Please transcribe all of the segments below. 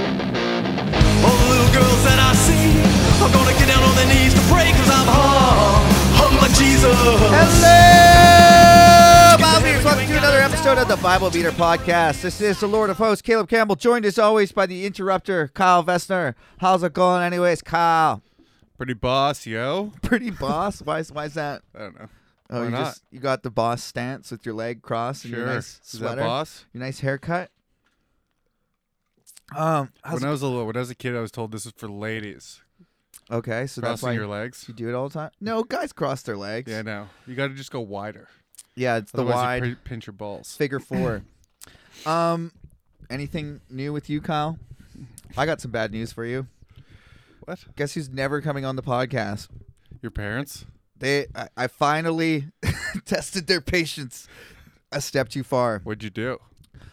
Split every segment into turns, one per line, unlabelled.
All the little girls that I see are gonna get down on their knees to pray i I'm hung, hung like Jesus.
Hello, Bible Welcome to another episode of the Bible Beater Podcast. This is the Lord of Hosts, Caleb Campbell, joined as always by the interrupter, Kyle Vessner. How's it going, anyways, Kyle?
Pretty boss, yo.
Pretty boss? Why is, why is that?
I don't know.
Oh,
Why
you
not?
just you got the boss stance with your leg crossed and
sure.
your nice
Is
sweater,
that boss?
your nice haircut. Um, how's,
When I was a little, when I was a kid, I was told this is for ladies
okay, so that's why
crossing your
you
legs.
do it all the time. No, guys cross their legs.
Yeah, no, you got to just go wider.
yeah it's the
Otherwise,
wide.
you pr- pinch your balls.
figure four. um, anything new with you, Kyle? I got some bad news for you.
What?
Guess who's never coming on the podcast?
Your parents?
They, I, I finally tested their patience a step too far.
What'd you do?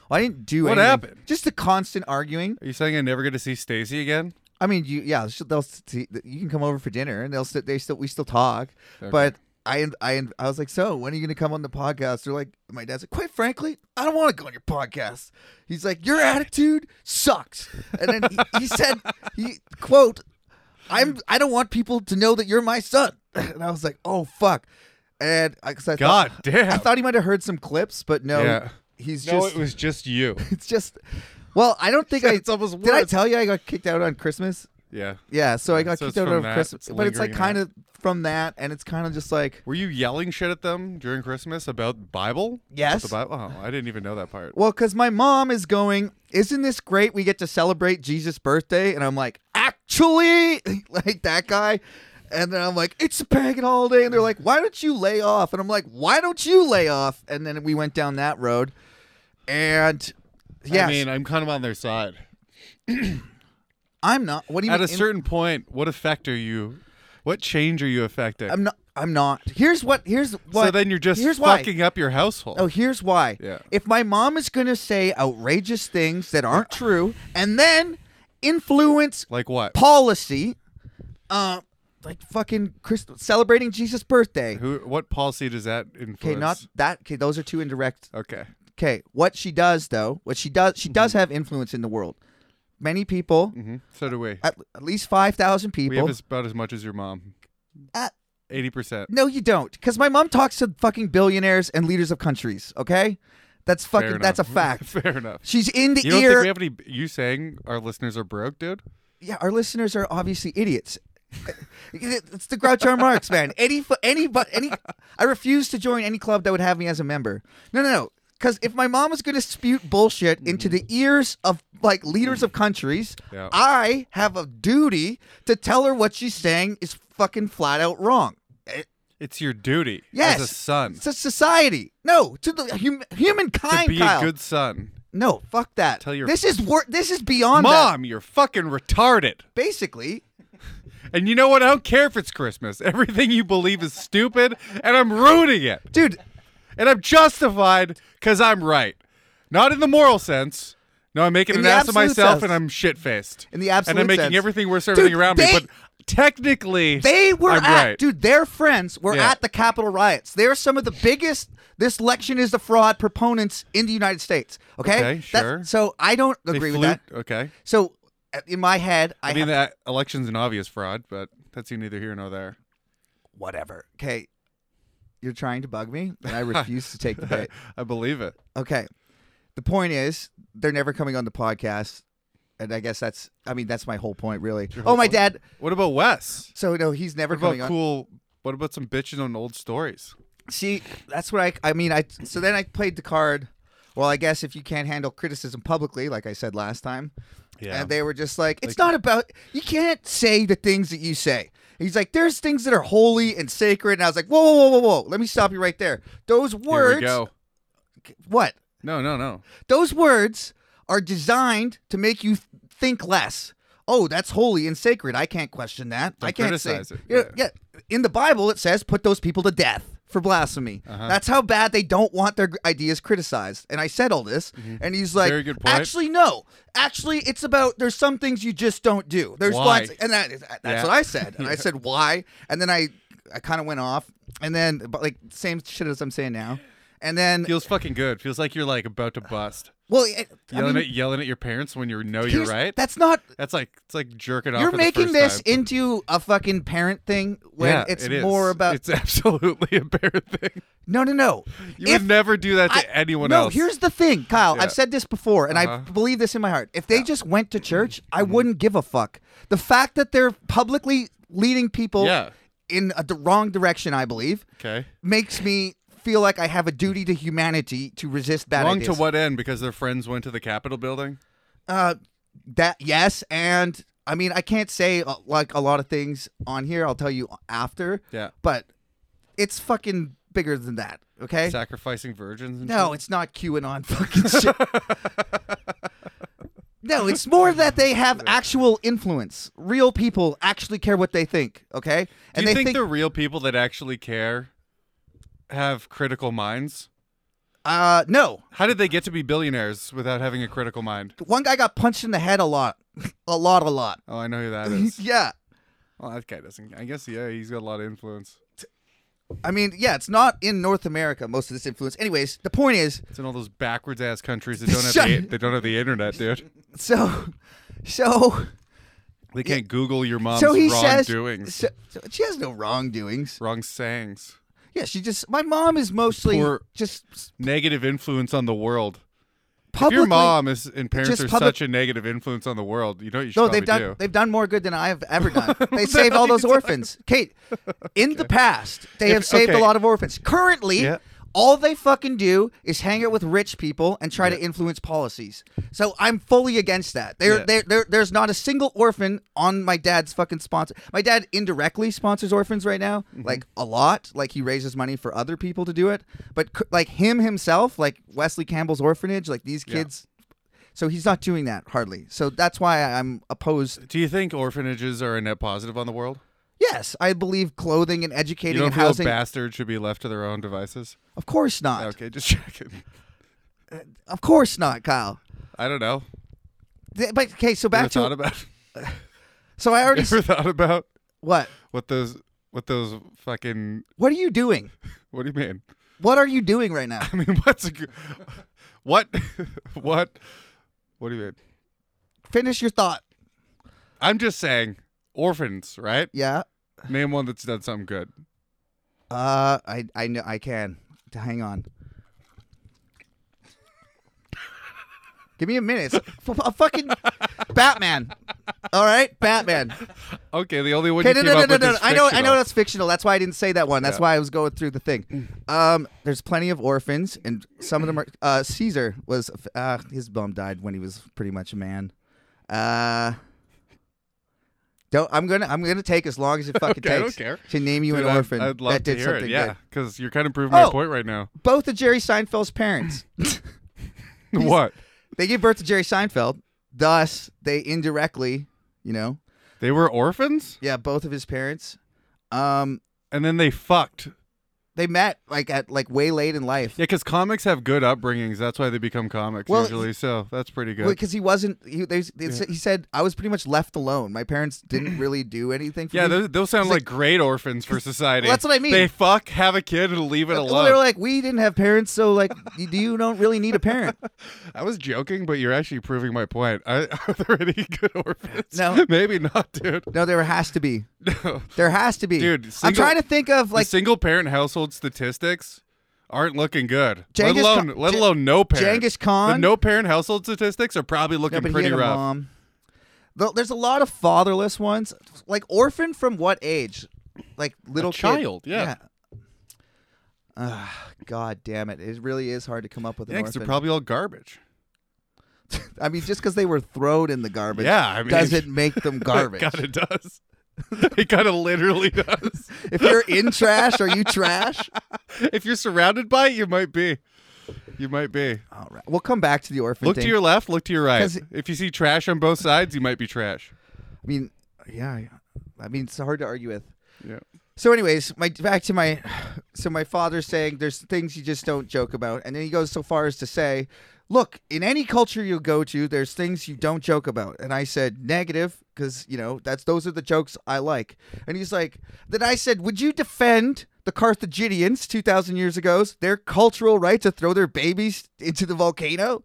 I didn't do
What
anything.
happened?
Just the constant arguing.
Are you saying I never get to see Stacy again?
I mean, you yeah, sh- they'll s- t- you can come over for dinner and they'll sit. They still we still talk,
Okay.
but. I, I I was like, so when are you gonna come on the podcast? They're like, my dad's like, quite frankly, I don't want to go on your podcast. He's like, your attitude sucks. And then he, he said, he quote, I'm I don't want people to know that you're my son. And I was like, oh fuck. And I, 'cause I
God
thought,
damn.
I thought he might have heard some clips, but no,
Yeah.
he's
no,
just
it was just you.
it's just. Well, I don't think I.
It's almost
Did I
worse.
tell you I got kicked out on Christmas?
yeah.
Yeah, so I got
So it's
kicked out
from
of
that,
Christmas,
it's
but it's like
lingering
kind
now.
of from that, and it's kind of just like,
Were you yelling shit at them during Christmas about Bible?
Yes.
About the Bible? Oh, I didn't even know that part.
well, because my mom is going, isn't this great? We get to celebrate Jesus' birthday, and I'm like, actually, like that guy, and then I'm like, it's a pagan holiday, and they're like, why don't you lay off? And I'm like, why don't you lay off? And then we went down that road, and yes,
I mean, I'm kind of on their side.
I'm not. What do you
At
mean?
a
in-
certain point, what effect are you? What change are you affecting?
I'm not. I'm not. Here's what. Here's Um, what.
So then you're just
here's why.
fucking up your household.
Oh, here's why.
Yeah.
If my mom is going to say outrageous things that aren't true and then influence
like what?
policy, uh, like fucking Christ- celebrating Jesus' birthday.
Who? What policy does that influence?
Okay, not that. Okay, those are two indirect.
okay.
Okay, what she does though, what she does, she
Mm-hmm.
does have influence in the world. Many people,
hmm So do we.
at, at least five thousand
We have
people.
as, about as much as your mom.
Uh,
Eighty percent.
No, you don't, because my mom talks to fucking billionaires and leaders of countries. Okay, that's fucking. that's a fact.
Fair enough.
She's in the
You don't
ear.
think we have any? You saying our listeners are broke, dude?
yeah, our listeners are obviously idiots. it's the Groucho Marx, man. Any, fu- any, but any. I refuse to join any club that would have me as a member. No, no, no. Because if my mom is going to spew bullshit into the ears of like leaders of countries,
Mm-hmm. Yeah.
I have a duty to tell her what she's saying is fucking flat out wrong. Eh,
It's your duty
Yes,
as a son
to society. No, to the hum-
to
humankind.
be
Kyle.
a good son.
no, fuck that.
Tell your-
this is wor- This is beyond that.
Mom, you're fucking retarded.
Basically,
And you know what? I don't care if it's Christmas. Everything you believe is stupid, and I'm ruining it.
dude.
and I'm justified because I'm right. Not in the moral sense. No, I'm making
In
an
the
ass of
absolute
myself
sense.
and I'm shit faced.
In the
And
absolute
I'm making
sense.
everything worse for
Dude,
everything around
they-
me. But technically,
They were
I'm
at
right.
dude, their friends were
Yeah.
at the Capitol riots. They're some of the biggest this election is the fraud proponents in the United States. Okay?
Okay, sure.
so I don't
They
agree with
flew-
that.
Okay.
So uh, in my head, I,
I, mean,
have,
that election's an obvious fraud, but that's neither here nor there.
whatever. Okay. You're trying to bug me, and I refuse to take the bait.
I believe it.
Okay. The point is, they're never coming on the podcast. And I guess that's I mean, that's my whole point really.
Your whole
Oh my
point?
dad
What about Wes?
so no, he's never
What
coming
about
on.
cool? What about some bitching on old stories?
See, that's what I I mean I so then I played the card. Well, I guess if you can't handle criticism publicly, like I said last time, and they were just like, it's not about you can't say the things that you say. He's like, there's things that are holy and sacred, and I was like, whoa, whoa, whoa, whoa, whoa, let me stop you right there. Those
Here
words,
we go.
what?
No, no, no.
Those words are designed to make you th- think less. Oh, that's holy and sacred. I can't question that.
Don't
I can't
criticize
say
it.
Yeah, yeah. In the Bible, it says, "Put those people to death for blasphemy."
Uh-huh.
That's how bad they don't want their g- ideas criticized. And I said all this, and he's like,
Mm-hmm. Very good point.
"Actually, no. Actually, it's about there's some things you just don't do. There's
Why?
lots, and that, that's
Yeah.
what I said. And I said why, and then I I kind of went off, and then but like same shit as I'm saying now, and then
Feels fucking good. Feels like you're like about to bust.
well, it, I
Yelling
mean,
at yelling at your parents when you know you're
here's-
right.
That's not.
That's like it's like jerking off.
You're
for the
making
first
this
time.
into a fucking parent thing when
yeah,
it's
it is.
more about
It's absolutely a bear thing.
no, no, no.
You
If-
would never do that to
I-
anyone
no,
else.
here's the thing, Kyle.
Yeah.
I've said this before, and I
Uh-huh. Mm-hmm.
believe this in my heart. If they just went to church, I wouldn't give a fuck. The fact that they're publicly leading people
Yeah.
in a, the wrong direction, I believe,
okay.
makes me feel like I have a duty to humanity to resist bad
Wrong to
ideas.
what end? Because their friends went to the Capitol building.
Uh, that yes, and I mean I can't say uh, like a lot of things on here. I'll tell you after.
Yeah.
but it's fucking bigger than that. Okay.
Sacrificing virgins. And
No,
shit?
it's not QAnon fucking shit. no, it's more that they have actual influence. Real people actually care what they think, okay?
Do
And
you
they
think, the real people that actually care have critical minds?
uh no.
How did they get to be billionaires without having a critical mind?
One guy got punched in the head a lot. a lot, a lot.
Oh, I know who that is.
yeah.
Well, that guy doesn't. I guess yeah, he's got a lot of influence.
I mean, yeah, it's not in North America most of this influence. Anyways, the point is
It's in all those backwards ass countries that don't have
Shut-
the, they don't have the internet, dude.
so so
They can't Google your mom's
so he says
wrongdoings,
So, so she has no wrongdoings.
wrong sayings,
Yeah, she just my mom is mostly
Poor-
just
negative influence on the world. If
publicly
your mom is and parents
just
are
public-
such a negative influence on the world, you know what you should
No,
probably
they've done
do.
they've done more good than I've ever done. They saved all those orphans. Kate, in the past, they
If-
have saved
okay.
a lot of orphans. Currently,
Yeah.
all they fucking do is hang out with rich people and try to influence policies. So I'm fully against that. There,
Yeah.
there, there, there's not a single orphan on my dad's fucking sponsor. My dad indirectly sponsors orphans right now,
Mm-hmm.
like a lot. Like he raises money for other people to do it, but c- like him himself, like Wesley Campbell's orphanage, like these kids. So he's not doing that hardly. So that's why I'm opposed
do you think orphanages are a net positive on the world?
Yes, I believe clothing and
You
educating
don't
and
feel
housing.
bastards should be left to their own devices?
Of course not.
Okay, just checking.
Of course not, Kyle.
I don't know.
Th- But okay, so
Ever
back
thought
to
about?
so I already
Ever
s-
thought about
what?
what those what those fucking
What are you doing?
what do you mean?
What are you doing right now?
I mean, what's a good, what what what do you mean?
Finish your thought.
I'm just saying orphans, right?
Yeah.
Name one that's done something good.
Uh, I I know I can. Hang on. Give me a minute. It's a f- a fucking Batman. All right, Batman.
Okay, the only one
Okay, no,
you came
no, no,
up
no,
with
no.
is
I know, I know
fictional.
that's fictional. That's why I didn't say that one. That's
Yeah. Mm.
why I was going through the thing. Um, there's plenty of orphans, and some of them are. Uh, Caesar was. Uh, his mom died when he was pretty much a man. Uh, don't. I'm gonna. I'm gonna take as long as it fucking
Okay, I don't
takes
care.
to name you
Dude,
an
I'd-
orphan
I'd love
that
to
did
hear
something
it, yeah,
good.
because you're kind of proving
Oh.
my point right now.
Both of Jerry Seinfeld's parents.
what?
they gave birth to Jerry Seinfeld. Thus, they indirectly, you know,
They were orphans,
yeah, both of his parents. Um,
and then they fucked.
they met like at like way late in life.
Yeah, because comics have good upbringings. That's why they become comics
Well,
usually. So that's pretty good.
because he wasn't. He, they, they, He said I was pretty much left alone. My parents didn't really do anything. For
yeah,
me.
those, those sound
it's like-
like great orphans for society.
Well, that's what I mean.
They fuck, have a kid, and leave it
Well,
alone.
they're like we didn't have parents, so like you, you don't really need a parent.
I was joking, but you're actually proving my point. Are, are there any good orphans?
No.
maybe not, dude.
No, there has to be.
No.
There has to be.
Dude,
I'm
single-
trying to think of
Like
like
single parent household statistics aren't looking good.
Genghis
let alone,
Khan-
let
Gen-
alone no parent.
Genghis Khan?
The no parent household statistics are probably
yeah,
looking
but he
pretty
had a
rough.
mom. Though There's a lot of fatherless ones, like orphan from what age? Like little kid.
child, yeah.
Ah, God damn it! It really is hard to come up with an
Yeah, 'cause
orphan.
they're probably all garbage.
I mean, just because they were thrown in the garbage,
Yeah, I mean-
doesn't make them garbage.
God, it does. it kind of literally does.
If you're in trash, are you trash?
if you're surrounded by it, you might be. You might be.
All right. We'll come back to the orphan
Look
thing.
to your left. Look to your right.
'Cause-
If you see trash on both sides, you might be trash.
I mean, yeah, yeah. I mean, it's hard to argue with.
Yeah.
So, anyways, my back to my. So my father's saying there's things you just don't joke about, and then he goes so far as to say, "Look, in any culture you go to, there's things you don't joke about." And I said, "Negative." because you know that's those are the jokes I like. And he's like, then I said, would you defend the Carthaginians two thousand years ago? Their cultural right to throw their babies into the volcano?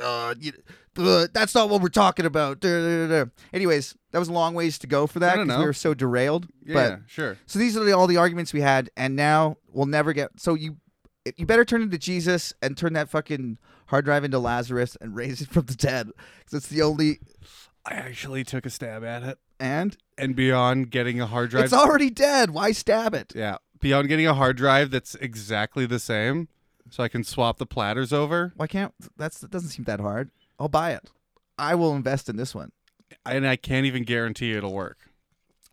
Uh, you, uh, that's not what we're talking about. Da, da, da, da. Anyways, that was a long ways to go for that
I don't
because we
know.
were so derailed.
Yeah,
but
sure.
so these are the, all the arguments we had, and now we'll never get. So you, you better turn into Jesus and turn that fucking hard drive into Lazarus and raise it from the dead, because it's the only.
I actually took a stab at it.
And
And beyond getting a hard drive.
it's already dead. Why stab it?
yeah. Beyond getting a hard drive that's exactly the same, so I can swap the platters over.
Why can't that's that doesn't seem that hard. I'll buy it. I will invest in this one.
And I can't even guarantee it'll work.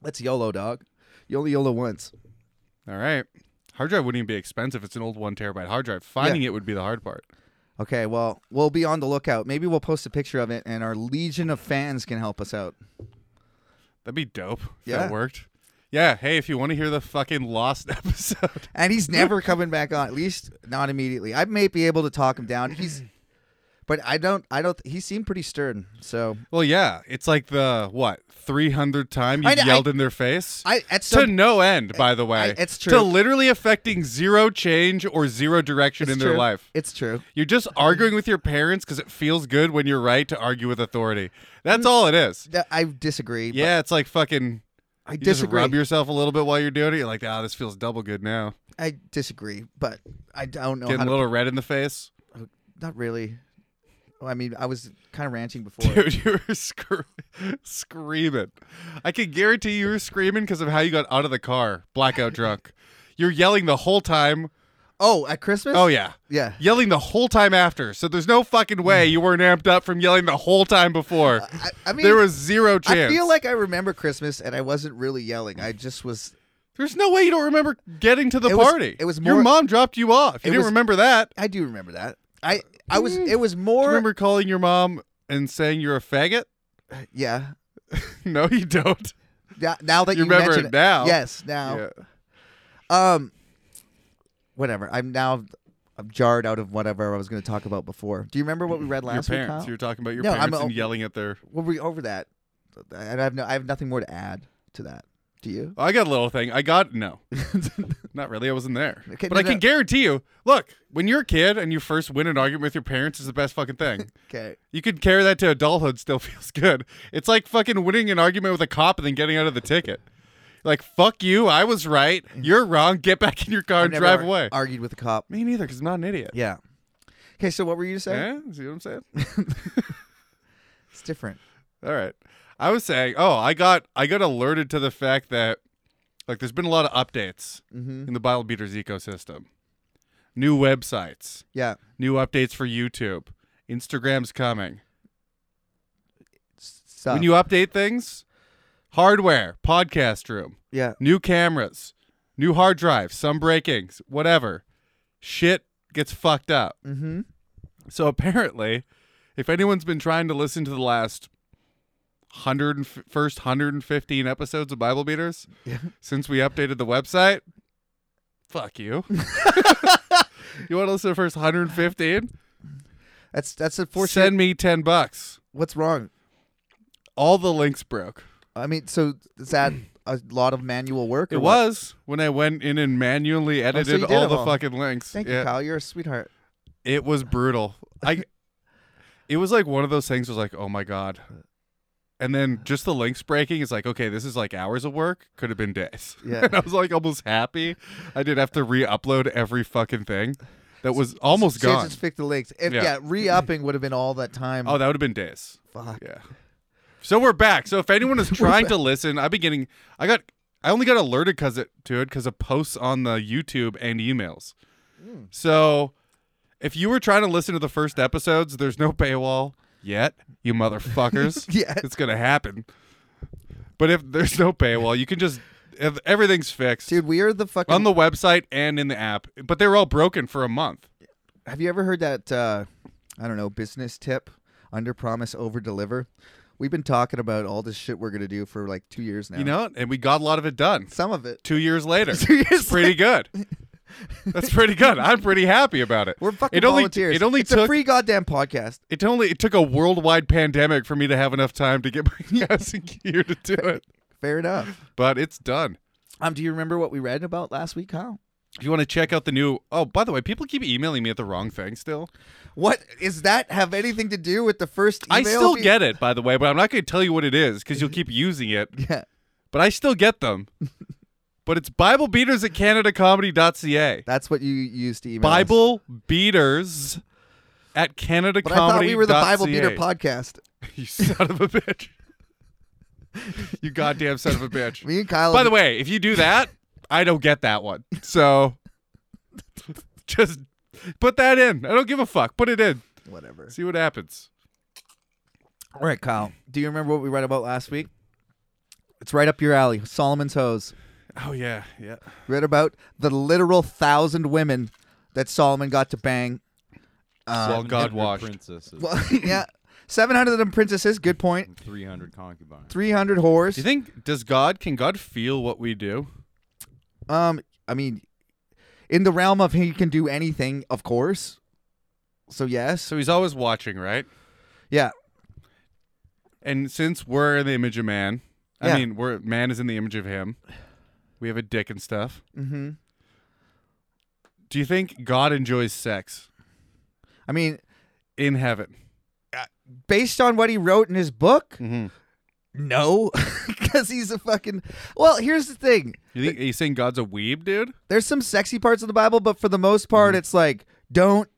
Let's YOLO, dog. You only YOLO once.
All right. Hard drive wouldn't even be expensive. It's an old one terabyte hard drive. Finding it would be the hard part.
Okay, well, we'll be on the lookout. Maybe we'll post a picture of it, and our legion of fans can help us out.
That'd be dope. If
Yeah.
That worked. Yeah. Hey, if you want to hear the fucking lost episode,
And he's never coming back on, at least not immediately. I may be able to talk him down. He's, but I don't. I don't. He seemed pretty stern. So
Well, yeah, it's like the what three hundred time you
I know,
yelled
I-
in their face
I at
to
some
no end. By the way,
I- it's
to
true.
literally affecting zero change or zero direction
it's
in
true.
their life.
it's true.
You're just arguing with your parents because it feels good when you're right to argue with authority. That's
Mm.
all it is.
Th- I disagree. but
Yeah, it's like fucking.
I
You just
disagree. Oh,
rub yourself a little bit while you're doing it. You're like, ah, this feels double good now.
I disagree, but I don't know how
Getting a
to.
little red in the face,
Not really. Well, I mean, I was kind of ranting before.
dude. You were scr- screaming. I can guarantee you were screaming because of how you got out of the car, blackout drunk. You're yelling the whole time.
Oh, at Christmas?
Oh yeah.
yeah.
Yelling the whole time after. So there's no fucking way you weren't amped up from yelling the whole time before.
Uh, I, I mean,
there was zero
I
chance.
feel like I remember Christmas, and I wasn't really yelling. I just was.
there's no way you don't remember getting to the
It was-
party.
it was
your
more-
mom dropped you off. You
it
didn't
was-
remember that.
I do remember that. I I was.
Mm.
It was
Do you
more.
remember calling your mom and saying you're a faggot?
Yeah.
No, you don't.
Yeah, now that
You
you,
remember
mention
it now.
Yes, now. Um, whatever. I'm now I'm jarred out of whatever I was going to talk about before. Do you remember what we read
Your
last week?
parents.
Kyle?
You're talking about your
No, I'm
parents and
a-
yelling at their.
Were we over that? I I have no. I have nothing more to add to that. Do you?
Oh, I got a little thing. I got no. Not really. I wasn't there.
Okay,
but
no,
I can
no.
guarantee you. Look, when you're a kid and you first win an argument with your parents, is the best fucking thing.
okay.
You could carry that to adulthood, still feels good. It's like fucking winning an argument with a cop and then getting out of the ticket. Like, fuck you, I was right, you're wrong, get back in your car
Mm. I
and
never
drive
ar-
away.
Argued with a cop.
Me neither, because I'm not an idiot.
Yeah. Okay. So what were you saying?
Yeah, see what I'm saying?
It's different.
All right. I was saying, oh, I got I got alerted to the fact that like there's been a lot of updates
Mm-hmm.
in the Bible Beaters ecosystem. New websites,
Yeah.
new updates for YouTube, Instagram's coming.
S- Stuff.
When you update things, hardware, podcast room,
yeah.
new cameras, new hard drives, some breakings, whatever. Shit gets fucked up.
Mm-hmm.
So apparently, if anyone's been trying to listen to the last hundred and f- first 115 episodes of Bible Beaters
Yeah.
since we updated the website, fuck you. you want to listen to the first 115?
That's that's a force.
Send me 10 bucks.
What's wrong?
All the links broke.
I mean, so is that a lot of manual work? Or
It
what?
was when I went in and manually
Oh, you
edited
did
all
it
the
all.
fucking links.
Thank
Yeah.
you, Kyle. You're a sweetheart.
It was brutal. I it was like one of those things was like, "Oh my god." And then just the links breaking is like, "Okay, this is like hours of work, could have been days."
Yeah.
and I was like almost happy I didn't have to re-upload every fucking thing. That was almost
So you
gone.
Just pick the links. If,
Yeah.
yeah, re-upping would have been all that time.
Oh, that would have been days.
fuck.
Yeah. So we're back. So if anyone is trying to listen, I've been getting I got I only got alerted cuz it to it cuz of posts on the YouTube and emails. So if you were trying to listen to the first episodes, there's no paywall yet, you motherfuckers.
Yeah.
It's going to happen. But if there's no paywall, you can just if everything's fixed
Dude, we are the fucking.
on the website and in the app. But they were all broken for a month.
have you ever heard that? Uh, I don't know. Business tip: under promise, over deliver. We've been talking about all this shit we're gonna do for like two years now.
You know, and we got a lot of it done.
some of it.
2 years later.
Two years.
Pretty good. That's pretty good. I'm pretty happy about it.
We're fucking
it only,
volunteers.
It only
it's
took
a free goddamn podcast.
it only it took a worldwide pandemic for me to have enough time to get my ass in gear to do it.
Fair enough.
But it's done.
Um, do you remember what we read about last week, Kyle?
If you want to check out the new oh, by the way, people keep emailing me at the wrong thing still.
What is that have anything to do with the first email?
I still
be-
get it, by the way, but I'm not going to tell you what it is because you'll keep using it.
Yeah.
But I still get them. but it's Bible Beaters at CanadaComedy.ca.
That's what you used to email. us.
Bible Beaters at CanadaComedy.ca.
But I thought we were the Bible Beater podcast.
You son of a bitch. you goddamn son of a bitch.
Me and Kyle.
By the way, if you do that, I don't get that one. So just put that in. I don't give a fuck. Put it in.
whatever.
See what happens.
All right, Kyle. Do you remember what we read about last week? It's right up your alley. Solomon's hose.
Oh yeah, yeah.
Read about the literal thousand women that Solomon got to bang.
Well, God washed.
princesses,
Well, yeah, seven hundred of them princesses. Good point.
three hundred concubines.
Three hundred whores.
Do you think does God can God feel what we do?
Um, I mean, in the realm of he can do anything, of course. So yes,
So he's always watching, right?
yeah,
And since we're in the image of man,
Yeah.
I mean, we're man is in the image of him. We have a dick and stuff.
mm-hmm.
Do you think God enjoys sex
I mean,
in heaven?
based on what he wrote in his book,
Mm-hmm.
no, because he's a fucking. Well, here's the thing:
You think you saying God's a weeb, dude?
there's some sexy parts of the Bible, but for the most
Mm-hmm.
part, it's like don't.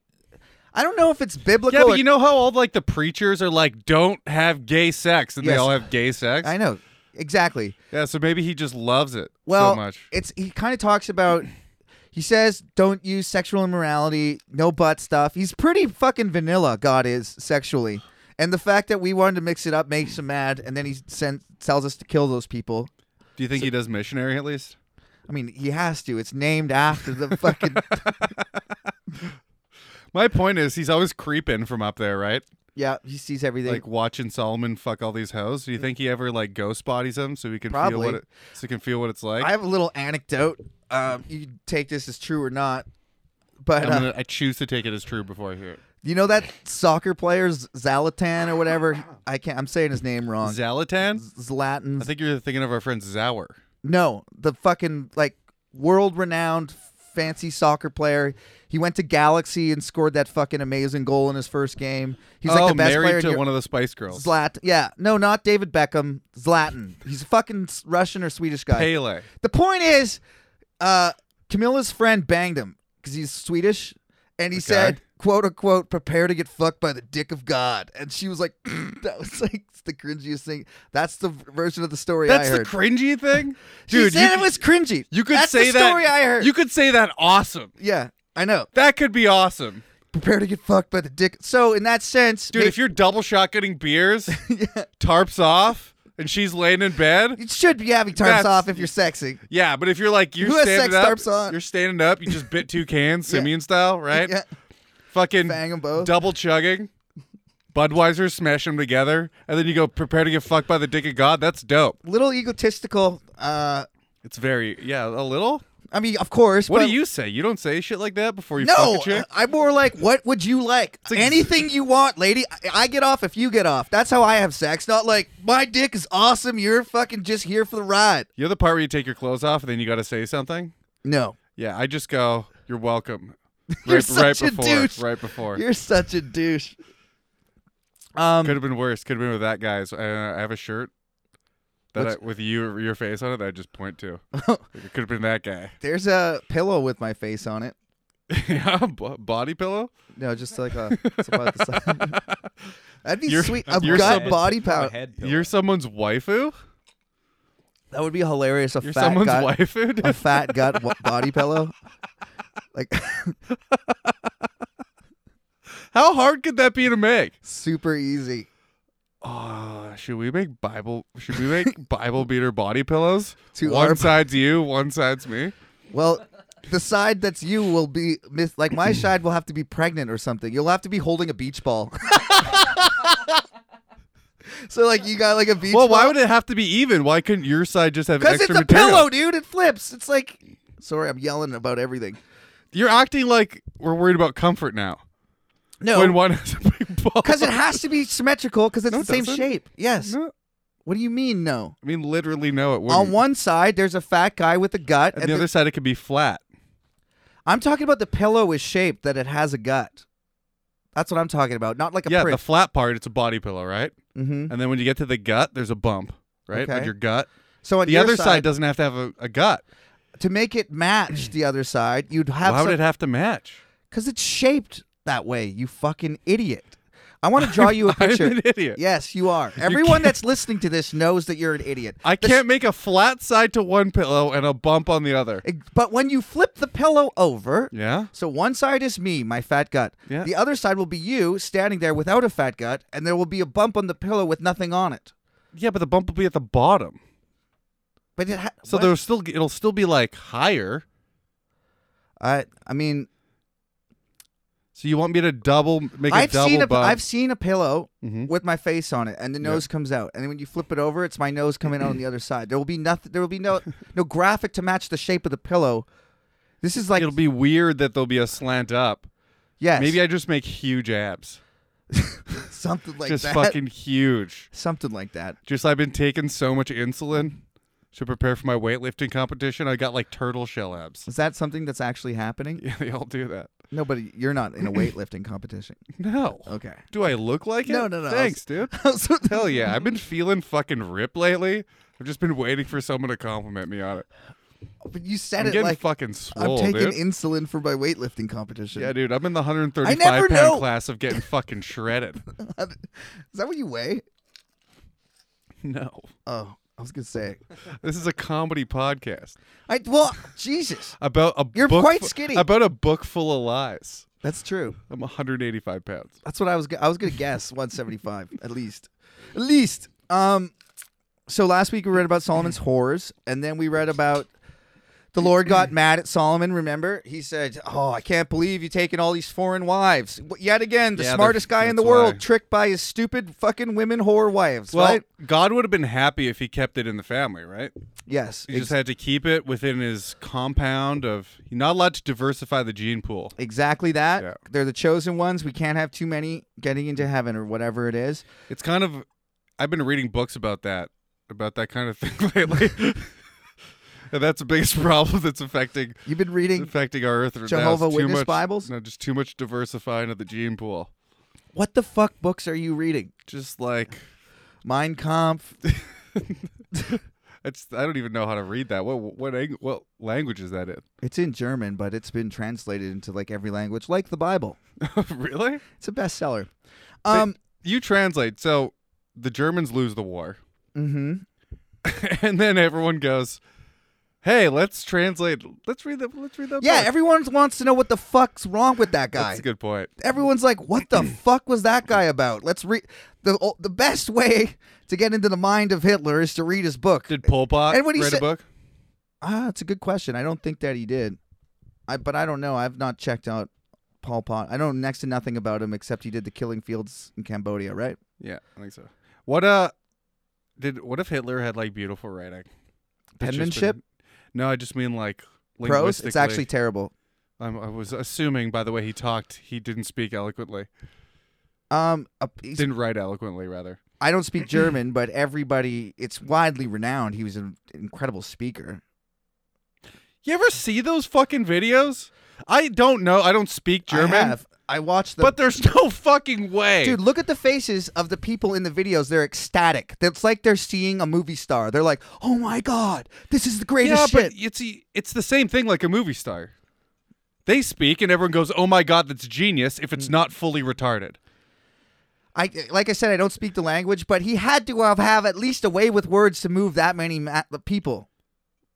I don't know if it's biblical.
Yeah,
or-
but you know how all like the preachers are like, "Don't have gay sex," and they
Yes.
all have gay sex.
I know exactly.
Yeah, so maybe he just loves it
Well,
so much.
it's he kind of talks about. He says, "Don't use sexual immorality, no butt stuff." He's pretty fucking vanilla. God is sexually, and the fact that we wanted to mix it up makes him mad. And then he sends tells us to kill those people.
Do you think he does missionary at least?
I mean, he has to. It's named after the fucking
My point is, he's always creeping from up there, right?
yeah. He sees everything.
Like watching Solomon fuck all these hoes. Do you think he ever like ghost bodies them so he can feel
Probably.
what it, so he can feel what it's like?
I have a little anecdote. Um, you can take this as true or not, but
I'm
uh,
gonna, I choose to take it as true before I hear it.
you know that soccer player Z- Zlatan or whatever. I can't. I'm saying his name wrong.
Zalatan?
Zlatan.
I think you're thinking of our friend Zauer.
No, the fucking like world renowned fancy soccer player. He went to Galaxy and scored that fucking amazing goal in his first game. He's
oh,
like the best
married
player in
to
Europe.
one of the Spice Girls.
Zlat. Yeah, no, not David Beckham. Zlatan. He's a fucking s- Russian or Swedish guy.
Pele.
The point is, uh, Camilla's friend banged him because he's Swedish, and he said, "quote unquote," prepare to get fucked by the dick of God. And she was like, "That was like the cringiest thing." That's the v- version of the story
That's
I
the
heard.
cringy thing,
she
dude.
said
you,
it was cringy.
you could
That's
say
the
that.
story I heard.
You could say that. Awesome.
yeah, I know.
That could be awesome,
Prepare to get fucked by the dick. So in that sense,
dude.
may-
If you're double shotgunning beers, tarps off, and she's laying in bed.
you should be having tarps
That's-
off if you're sexy.
Yeah, but if you're like you're
Who has
standing
sex
up,
tarps on?
you're standing up. You just bit two cans,
Yeah.
Simeon style, right?
Yeah,
Fucking
bang them both.
double chugging. Budweiser, smash them together, and then you go prepare to get fucked by the dick of God. That's dope.
Little egotistical. Uh,
It's very yeah, a little.
I mean, of course.
What
but
do you say? You don't say shit like that before you fuck
No, uh,
a chick.
I'm more like, what would you like?
like-
Anything you want, lady. I, I get off if you get off. That's how I have sex. Not like my dick is awesome. You're fucking just here for the ride.
You're the part where you take your clothes off and then you got to say something.
No,
Yeah, I just go. You're welcome.
You're
right, right
such a
before,
douche.
Right before.
you're such a douche. Um,
Could have been worse. Could have been with that guy's. Uh, I have a shirt that
What's-
I, with you your face on it that I just point to. it could have been that guy.
there's a pillow with my face on it.
yeah, bo- body pillow.
No, just like a. It's about the side. That'd be
You're-
sweet. I've
you're
got
so-
body
A
power.
head pillow.
You're someone's waifu.
That would be hilarious. A
You're
fat
someone's
gut,
waifu.
a
dude.
fat gut wa- body pillow. Like
How hard could that be to make?
super easy.
Oh, should we make Bible? Should we make Bible beater body pillows?
Two
one
arm-
side's you, one side's me.
Well, the side that's you will be miss like my side will have to be pregnant or something. You'll have to be holding a beach ball. so like you got like a beach
Well,
ball.
why would it have to be even? Why couldn't your side just have
Because
extra
it's a
material?
pillow, dude. It flips. It's like sorry, I'm yelling about everything.
You're acting like we're worried about comfort now. When
No,
one has a big ball.
because it has to be symmetrical because it's
No, it
the same
doesn't.
shape. Yes.
No.
What do you mean no?
I mean, literally, no, it wouldn't.
On one side, there's a fat guy with a gut,
On
and
the
the-
other side, it could be flat.
I'm talking about the pillow is shaped that it has a gut. That's what I'm talking about. Not like a
yeah,
prick.
the flat part, it's a body pillow, right?
mm-hmm.
And then when you get to the gut, there's a bump, right? On
Okay.
your gut.
So on
the
your
other
side,
side, doesn't have to have a, a gut.
to make it match the other side, you'd have
Why would
some-
it have to match?
Because it's shaped that way, you fucking idiot. I want to draw you a
I'm
picture.
an idiot.
Yes, you are. Everyone
can't-
that's listening to this knows that you're an idiot.
I
This-
can't make a flat side to one pillow and a bump on the other.
But when you flip the pillow over,
Yeah?
so one side is me, my fat gut.
Yeah.
The other side will be you standing there without a fat gut, and there will be a bump on the pillow with nothing on it.
Yeah, but the bump will be at the bottom.
But it ha-
So
what?
there's still it'll still be like higher.
I I mean,
So you want me to double make a
I've
double
seen a,
bump?
have seen a pillow
Mhm.
with my face on it, and the nose comes out, and then when you flip it over, it's my nose coming out on the other side. There will be nothing. There will be no no graphic to match the shape of the pillow. This is like
It'll be weird that there'll be a slant up.
yes,
Maybe I just make huge abs.
something like
just
that.
fucking huge.
something like that.
Just I've been taking so much insulin to prepare for my weightlifting competition. I got like turtle shell abs.
Is that something that's actually happening?
Yeah, they all do that.
No, but you're not in a weightlifting competition.
No.
Okay.
Do I look like it?
Oh. No, no, no.
Thanks, dude.
So the-
Hell yeah. I've been feeling fucking rip lately. I've just been waiting for someone to compliment me on it.
but you said
I'm
it
getting
like
fucking swole,
I'm taking
dude.
insulin for my weightlifting competition.
yeah, dude, I'm in the 135
I never
pound
know.
class of getting fucking shredded.
Is that what you weigh?
No.
Oh, I was gonna say.
This is a comedy podcast
I well, Jesus,
about a
You're
book
quite
fu-
skinny.
about a book full of lies.
that's true.
I'm 185 pounds.
That's what I was. g- I was gonna guess 175 at least, at least. Um, so last week we read about Solomon's horrors, and then we read about the Lord got mad at Solomon. Remember, he said, "Oh, I can't believe you taking all these foreign wives." W- Yet again, the
Yeah, they're-
smartest guy in the
that's
world
why.
tricked by his stupid fucking women whore wives.
Well,
right?
God would have been happy if he kept it in the family, right?
Yes,
He
ex-
just had to keep it within his compound of he's not allowed to diversify the gene pool.
exactly that.
Yeah.
They're the chosen ones. We can't have too many getting into heaven or whatever it is.
It's kind of I've been reading books about that, about that kind of thing lately. and that's the biggest problem that's affecting
You've been reading
affecting our earth right now. It's
Jehovah
too
Witness
much-
Bibles?
No, just too much diversifying of the gene pool.
what the fuck books are you reading?
Just like
Mein Kampf,
it's I don't even know how to read that. What what ang- what language is that in?
It's in German, but it's been translated into like every language, like the Bible.
really?
It's a bestseller. Um,
You translate. So the Germans lose the war.
hmm
and then everyone goes, "Hey, let's translate. Let's read the. Let's read the.
yeah,
book."
everyone wants to know what the fuck's wrong with that guy.
that's a good point.
Everyone's like, "What the fuck was that guy about?" Let's read the o- the best way to get into the mind of Hitler is to read his book.
Did Pol Pot
And what he
read
said-
a book?
ah, it's a good question. I don't think that he did. I but I don't know. I've not checked out Pol Pot. I know next to nothing about him except he did the killing fields in Cambodia, right?
Yeah, I think so. What uh, did what if Hitler had like beautiful writing? That's just
Penmanship?
been- no, I just mean like
Prose. It's
linguistically.
actually terrible.
I'm, I was assuming by the way he talked, he didn't speak eloquently.
Um, a, he's
Didn't write eloquently, rather.
I don't speak German, but everybody, it's widely renowned. He was an incredible speaker.
You ever see those fucking videos? I don't know. I don't speak German.
I, have. I watched the.
But there's no fucking way.
dude, look at the faces of the people in the videos. They're ecstatic. It's like they're seeing a movie star. They're like, oh my God, this is the greatest
yeah,
shit.
but it's it's the same thing like a movie star. They speak and everyone goes, "Oh my god, that's genius!" If
Mm.
it's not fully retarded,
I, like I said, I don't speak the language, but he had to have, have at least a way with words to move that many ma- people.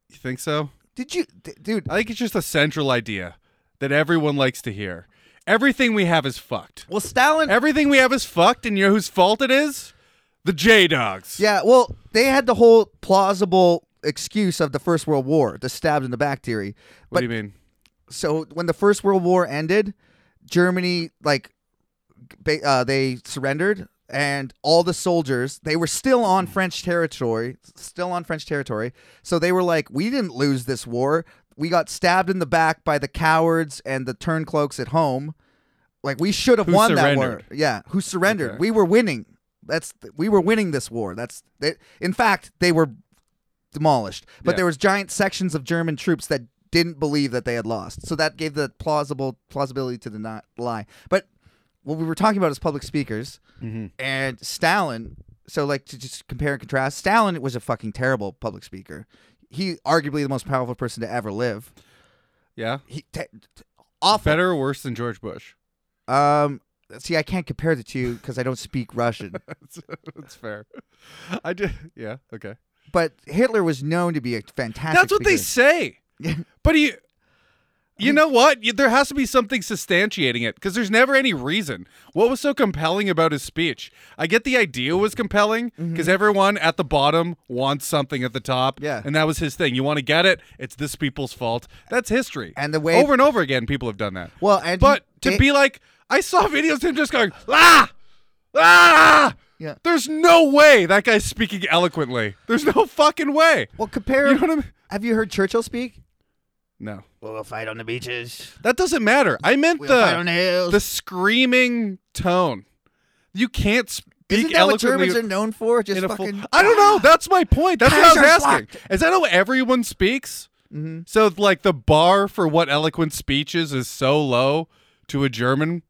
you think so?
Did you, d- dude?
I think it's just a central idea that everyone likes to hear. Everything we have is fucked.
Well, Stalin.
Everything we have is fucked, and you know whose fault it is? The J Dogs.
Yeah, well, they had the whole plausible excuse of the First World War, the stabbed in the back theory.
What
But
do you mean?
so when the first world war ended germany like ba- uh, they surrendered and all the soldiers they were still on
Hmm.
french territory still on french territory so they were like we didn't lose this war we got stabbed in the back by the cowards and the turncloaks at home. Like we should have
Who
won
surrendered.
that war. Yeah, who surrendered?
Okay.
We were winning. That's we were winning this war. That's they, in fact they were demolished. But
Yeah.
there was giant sections of German troops that didn't believe that they had lost. So that gave the plausible plausibility to the not lie. But what we were talking about is public speakers
Mm-hmm.
and Stalin. So like to just compare and contrast, Stalin was a fucking terrible public speaker. He arguably the most powerful person to ever live.
Yeah.
He te- t- awful.
Better or worse than George Bush?
Um, see, I can't compare the two because I don't speak Russian.
That's, that's fair. I did. Yeah. Okay.
but Hitler was known to be a fantastic.
That's what they
speaker.
say.
Yeah.
But he, you know what? You- There has to be something substantiating it because there's never any reason. What was so compelling about his speech? I get the idea was compelling
Mm-hmm.
because everyone at the bottom wants something at the top.
Yeah.
And that was his thing. You want to get it? It's this people's fault. That's history.
And the way-
over and over again, people have done that.
Well, and
but
he-
to
they-
be like, I saw videos of him just going, ah, ah.
Yeah.
There's no way that guy's speaking eloquently. There's no fucking way.
Well, compare.
You know what I mean?
Have you heard Churchill speak?
No.
We'll fight on the beaches.
That doesn't matter. I meant
We'll fight on the
the
hills.
the screaming tone. You can't speak
Isn't that what
eloquently
Germans are known for? Just
in a full.
fucking.
I don't know. That's my point. That's what I was
Kaiser
asking. Is that how everyone speaks?
Mm-hmm.
So like the bar for what eloquent speech is is so low to a German.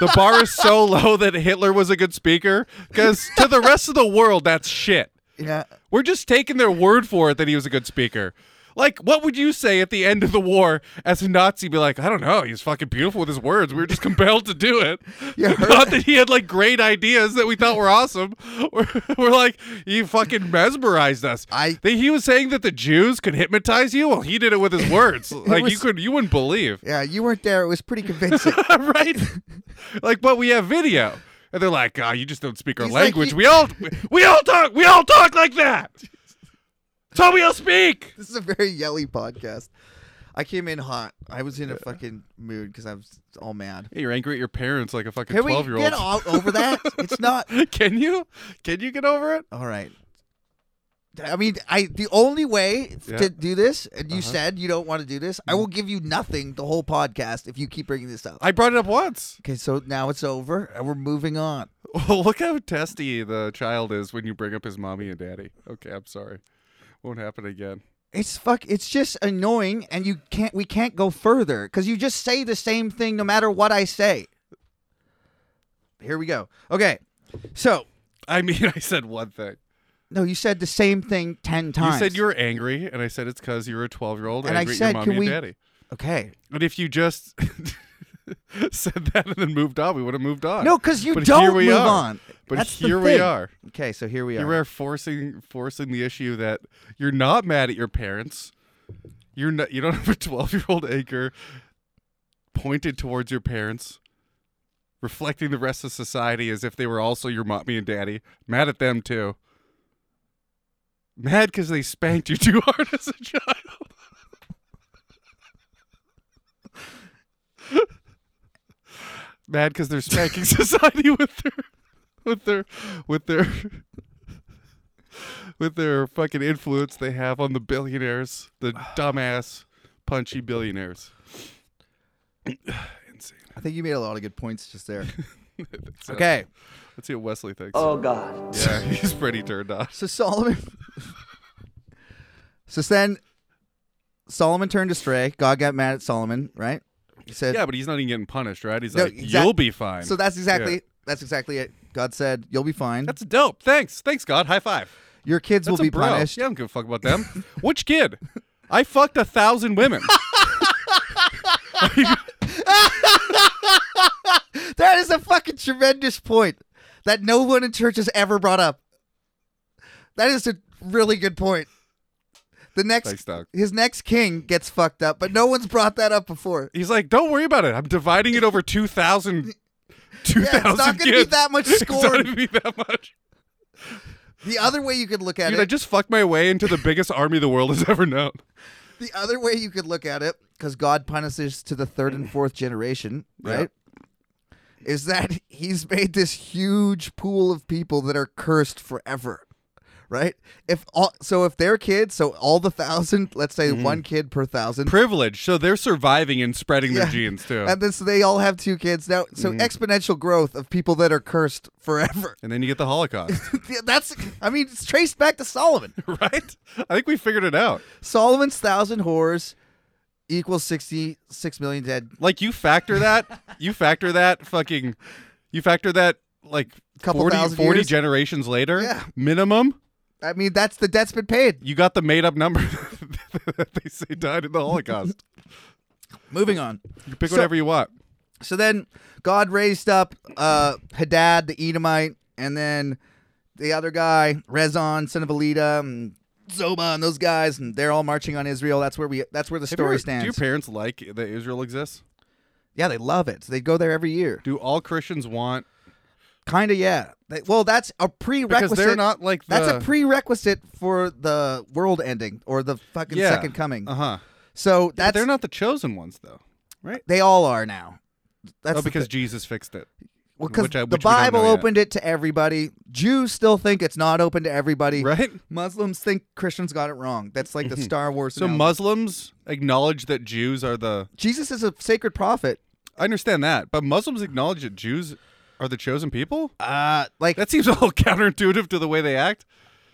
the bar is so low that Hitler was a good speaker because to the rest of the world that's shit.
Yeah.
We're just taking their word for it that he was a good speaker. Like, what would you say at the end of the war as a Nazi? Be like, I don't know. He's fucking beautiful with his words. We were just compelled to do it.
Yeah, her-
Not that he had like great ideas that we thought were awesome. We're, we're like, he fucking mesmerized us.
I-
That he was saying that the Jews could hypnotize you. Well, he did it with his words. like you
was-
could, you wouldn't believe,
Yeah, you weren't there. It was pretty convincing.
right? like, but we have video. And they're like, ah, you just don't speak our
He's like,
language.
you-
we all, we, we all talk, we all talk like that. So we all speak.
this is a very yelly podcast. I came in hot. I was in a fucking mood because I was all mad.
Hey, you're angry at your parents like a fucking
Can we
twelve year
get
old.
all over that? It's not
Can you? Can you get over it?
all right. I mean, I the only way
Yeah. Uh-huh. Mm.
to do this, and you said you don't want to do this. I will give you nothing the whole podcast if you keep bringing this up.
I brought it up once.
okay, so now it's over, and we're moving on.
Well, look how testy the child is when you bring up his mommy and daddy. Okay, I'm sorry. Won't happen again.
It's fuck. It's just annoying, and you can't. We can't go further because you just say the same thing no matter what I say. Here we go. Okay, so
I mean, I said one thing.
no, you said the same thing ten times.
You said you were angry, and I said it's because you're a 12 year old
And I
angry
said,
at your
can
mommy and
we-
daddy.
okay.
And if you just said that and then moved on, we would have moved on.
No, because you
But
don't
here we
move
are.
on.
But
That's the
here we
thing.
are.
Okay, so here we
You
are.
are forcing forcing the issue that you're not mad at your parents. You're not. You don't have a twelve year old anger pointed towards your parents, reflecting the rest of society as if they were also your mommy and daddy. Mad at them too. Mad because they spanked you too hard as a child. Mad because they're spanking society with their with their with their with their fucking influence they have on the billionaires, the dumbass punchy billionaires. Insane.
I think you made a lot of good points just there. okay,
Let's see what Wesley thinks.
Oh God.
Yeah, he's pretty turned on.
so Solomon. so then, Solomon turned astray. God got mad at Solomon, right? He said,
Yeah, but he's not even getting punished, right? He's
No,
like,
exact-
you'll be fine.
So that's exactly
Yeah.
that's exactly it. God said, "You'll be fine.
That's dope. Thanks. Thanks, God. High five.
Your kids
That's
will
a
be
bro.
punished."
Yeah, I don't give a fuck about them. Which kid? I fucked a thousand women.
That is a fucking tremendous point that no one in church has ever brought up. That is a really good point. The next
Thanks, Doc.
his next king gets fucked up, but no one's brought that up before.
He's like, don't worry about it. I'm dividing it over 2,000
Yeah, it's not going
2,000
to be
kids.
that much
It's not
scored.
gonna be that much.
The other way you could look at
Dude, I
it,
just fucked my way into the biggest army the world has ever known.
the other way you could look at it, because God punishes to the third and fourth generation,
Yeah.
right? Is that he's made this huge pool of people that are cursed forever, right? If all, so, if their kids, so all the thousand, let's say
Mm-hmm.
one kid per thousand,
Privilege. So they're surviving and spreading their
Yeah.
genes too. Mm-hmm.
and then so they all have two kids now. So exponential growth of people that are cursed forever.
and then you get the Holocaust,
That's, I mean, it's traced back to Solomon.
right? I think we figured it out.
Solomon's thousand whores equals sixty six million dead.
Like you factor that, you factor that fucking, you factor that like
Couple
forty forty 40,
thousand
40
years?
generations later,
Yeah.
minimum,
I mean, that's the debt's been paid.
you got the made up number that they say died in the Holocaust.
Moving on.
You pick
So-
whatever you want.
So then God raised up uh, Hadad the Edomite, and then the other guy, Rezon, son of Elida, and Zoba, and those guys, and they're all marching on Israel. That's where we. That's where the
Have
story
your- Do your
stands.
parents like that Israel exists?
yeah, they love it. So they go there every year.
Do all Christians want
Kinda, yeah. They, well, that's a prerequisite.
because they're not like the,
that's a prerequisite for the world ending or the fucking
Yeah.
second coming.
Uh huh.
So that's
They're not the chosen ones though, right?
They all are now. That's
oh,
the
because
thi-
Jesus fixed it.
well, 'cause
which I- which
the
we don't know
Bible
yet.
opened it to everybody. Jews still think it's not open to everybody.
Right?
Muslims think Christians got it wrong. That's like the Star Wars.
So
analogy.
Muslims acknowledge that Jews are the
Jesus is a sacred prophet.
I understand that, but Muslims acknowledge that Jews are the chosen people?
Uh, like
That seems a little counterintuitive to the way they act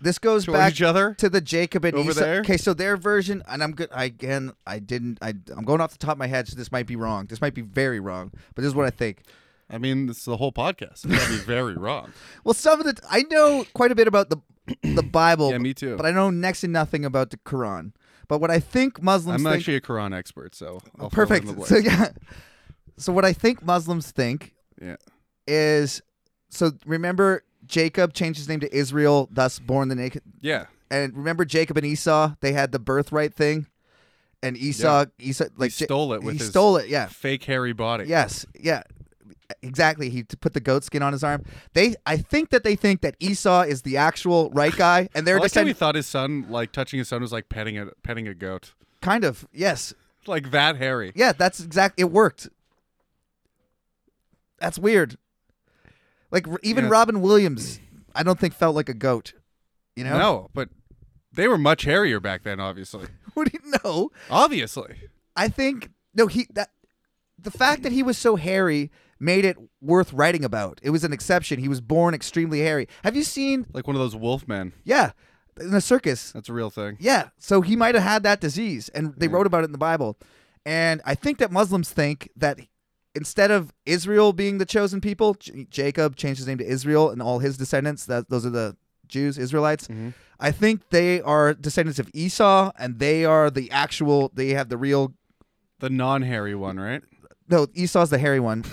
this goes
toward
back
each other.
to the Jacob and
Over
Esau.
there?
Okay, so their version, and I'm good. I, again, I didn't. I, I'm going off the top of my head, so this might be wrong. This might be very wrong, but this is what I think.
I mean, this is the whole podcast. That'd be very wrong.
Well, some of the I know quite a bit about the the Bible.
Yeah, me
but-
too.
But I know next to nothing about the Quran. But what I think Muslims
I'm
think,
actually a Quran expert, so I'll fill in the
perfect. So
blanks.
yeah. So what I think Muslims think
Yeah.
is so remember Jacob changed his name to Israel, thus born the naked.
Yeah.
And remember Jacob and Esau, they had the birthright thing, and Esau, Esau like Ja-
stole it with
he
his-
stole it. Yeah,
Fake hairy body.
Yes, yeah, exactly. He t- put the goat skin on his arm. They, I think that they think that Esau is the actual right guy, and
I
they're
like how he
descendants.
thought his son, like touching his son, was like petting a petting a goat,
Kind of, yes,
like that hairy.
yeah. That's exact. It worked. That's weird. Like r- even
Yeah.
Robin Williams, I don't think felt like a goat. You know?
No, but they were much hairier back then. Obviously,
What do you know?
obviously.
I think no. He that the fact that he was so hairy made it worth writing about. It was an exception. He was born extremely hairy. Have you seen?
Like one of those wolf men.
Yeah, in a circus.
That's a real thing.
Yeah, so he might have had that disease, and they wrote about it in the Bible. And I think that Muslims think that instead of Israel being the chosen people, J- Jacob changed his name to Israel, and all his descendants. That those are the Jews, Israelites.
Mm-hmm.
I think they are descendants of Esau, and they are the actual. They have the real.
The non-hairy one, right?
No, Esau's the hairy one.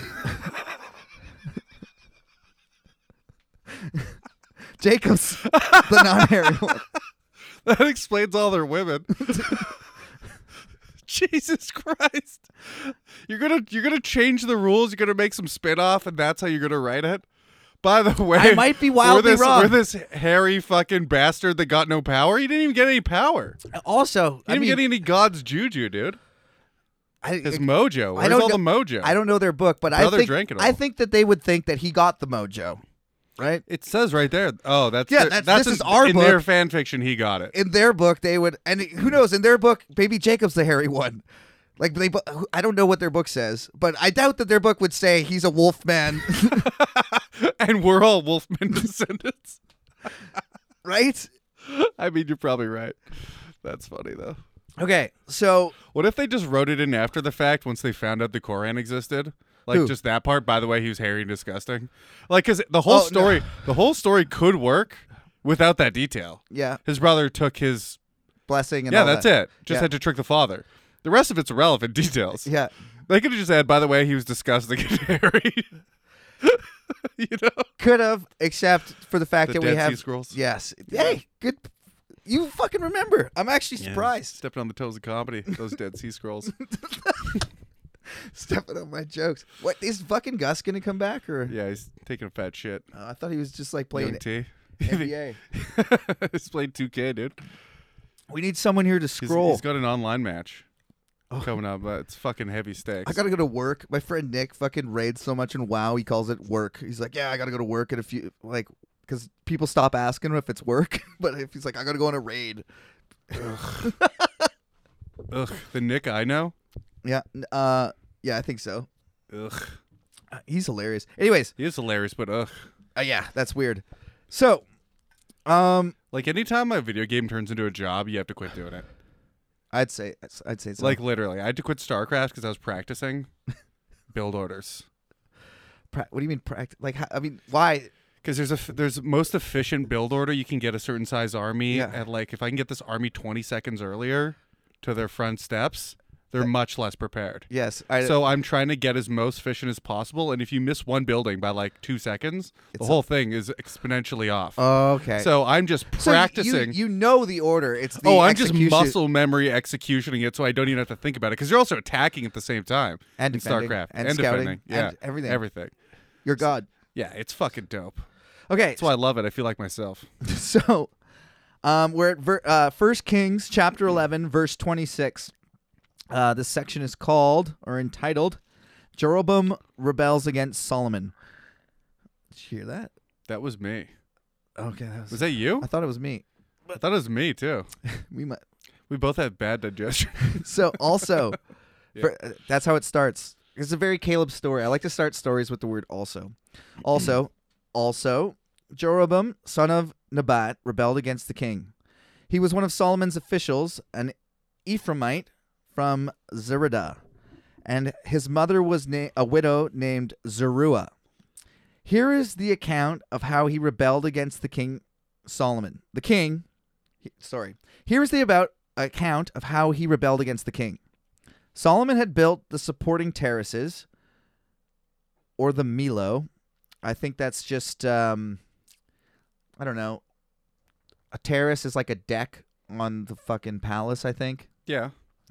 Jacob's the non-hairy one.
That explains all their women. Jesus Christ. You're gonna you're gonna change the rules, you're gonna make some spin-off, and that's how you're gonna write it. By the way,
I might be wildly
we're this,
wrong.
We're this hairy fucking bastard that got no power. He didn't even get any power. He
Also, I
didn't
mean,
even get any God's juju, dude.
I-
His
it-
mojo. Where's all
know-
the mojo?
I don't know their book, but I
Brother
think
drank it
I
all.
think that they would think that he got the mojo, right?
It says right there. Oh, that's
Yeah,
their-
that's-
that's
this is
in-
our
in their
book.
fan fiction. He got it.
In their book, they would, and who knows? In their book, maybe Jacob's the hairy one. Like they, bu- I don't know what their book says, but I doubt that their book would say he's a wolf man,
and we're all Wolfman descendants.
right?
I mean, you're probably right. That's funny though.
Okay, so
What if they just wrote it in after the fact once they found out the Koran existed? Like
Who?
just that part. By the way, he was hairy and disgusting. Like, cause the whole
Oh, no.
story, the whole story could work without that detail.
yeah,
His brother took his.
blessing and
yeah,
all
that's
that.
it. Just
Yeah.
had to trick the father. The rest of it's irrelevant details.
Yeah,
They could have just said, by the way, he was disgusting and hairy. you know.
could have, except for the fact that
The
we
Dead Sea
have
Scrolls?
Yes. Hey, good. You fucking remember? I'm actually surprised.
Stepping on the toes of comedy. Those Dead Sea Scrolls.
Stepping on my jokes. What is fucking Gus gonna come back or?
yeah, he's taking a fat shit.
Oh, I thought he was just like
Young
playing
T.
NBA.
he's played 2K, dude.
We need someone here to
He's-
scroll.
he's got an online match coming up. But it's fucking heavy stakes.
I gotta go to work. My friend Nick fucking raids so much in WoW, he calls it work. He's like, yeah, I gotta go to work in a few. Like, because people stop asking him if it's work. but if he's like, I gotta go on a raid.
Ugh, the Nick I know.
Yeah. n- Uh. Yeah, I think so.
Ugh,
Uh, He's hilarious. Anyways,
he is hilarious, but ugh.
uh, yeah, that's weird. So, um,
Like anytime a video game turns into a job, you have to quit doing it.
I'd say I'd say so.
Like literally, I had to quit StarCraft because I was practicing build orders.
pra- what do you mean practice? Like, how, I mean, why?
Because there's a f- there's most efficient build order you can get a certain size army
Yeah.
at like if I can get this army 20 seconds earlier to their front steps, they're much less prepared.
Yes, I,
So I'm trying to get as most efficient as possible, and if you miss one building by like two seconds, the
It's
whole thing is exponentially off.
Okay.
so I'm just
So you-
practicing.
You, you know the order. It's the
oh, I'm just
execution-
muscle memory executioning it, so I don't even have to think about it because you're also attacking at the same time
And
in
defending,
StarCraft
and scouting,
defending, yeah,
and everything.
everything.
Your god.
Yeah, it's fucking dope.
Okay.
That's why I love it. I feel like myself.
So, um, we're at ver- uh, First Kings chapter eleven, verse twenty-six. Uh, this section is called or entitled "Jeroboam rebels against Solomon." Did you hear that?
That was me.
Okay, that was,
Was that you?
I thought it was me.
I thought it was me too.
We might.
We both have bad digestion.
So also, for- uh, that's how it starts. It's a very Caleb story. I like to start stories with the word also. Also, also, Jeroboam, son of Nebat, rebelled against the king. He was one of Solomon's officials, an Ephraimite from Zerida, and his mother was na- a widow named Zeruiah. Here is the account of how he rebelled against the king Solomon. The king, he- sorry. Here is the about account of how he rebelled against the king. Solomon had built the supporting terraces, or the Milo. I think that's just, um, I don't know. A terrace is like a deck on the fucking palace. I think.
yeah,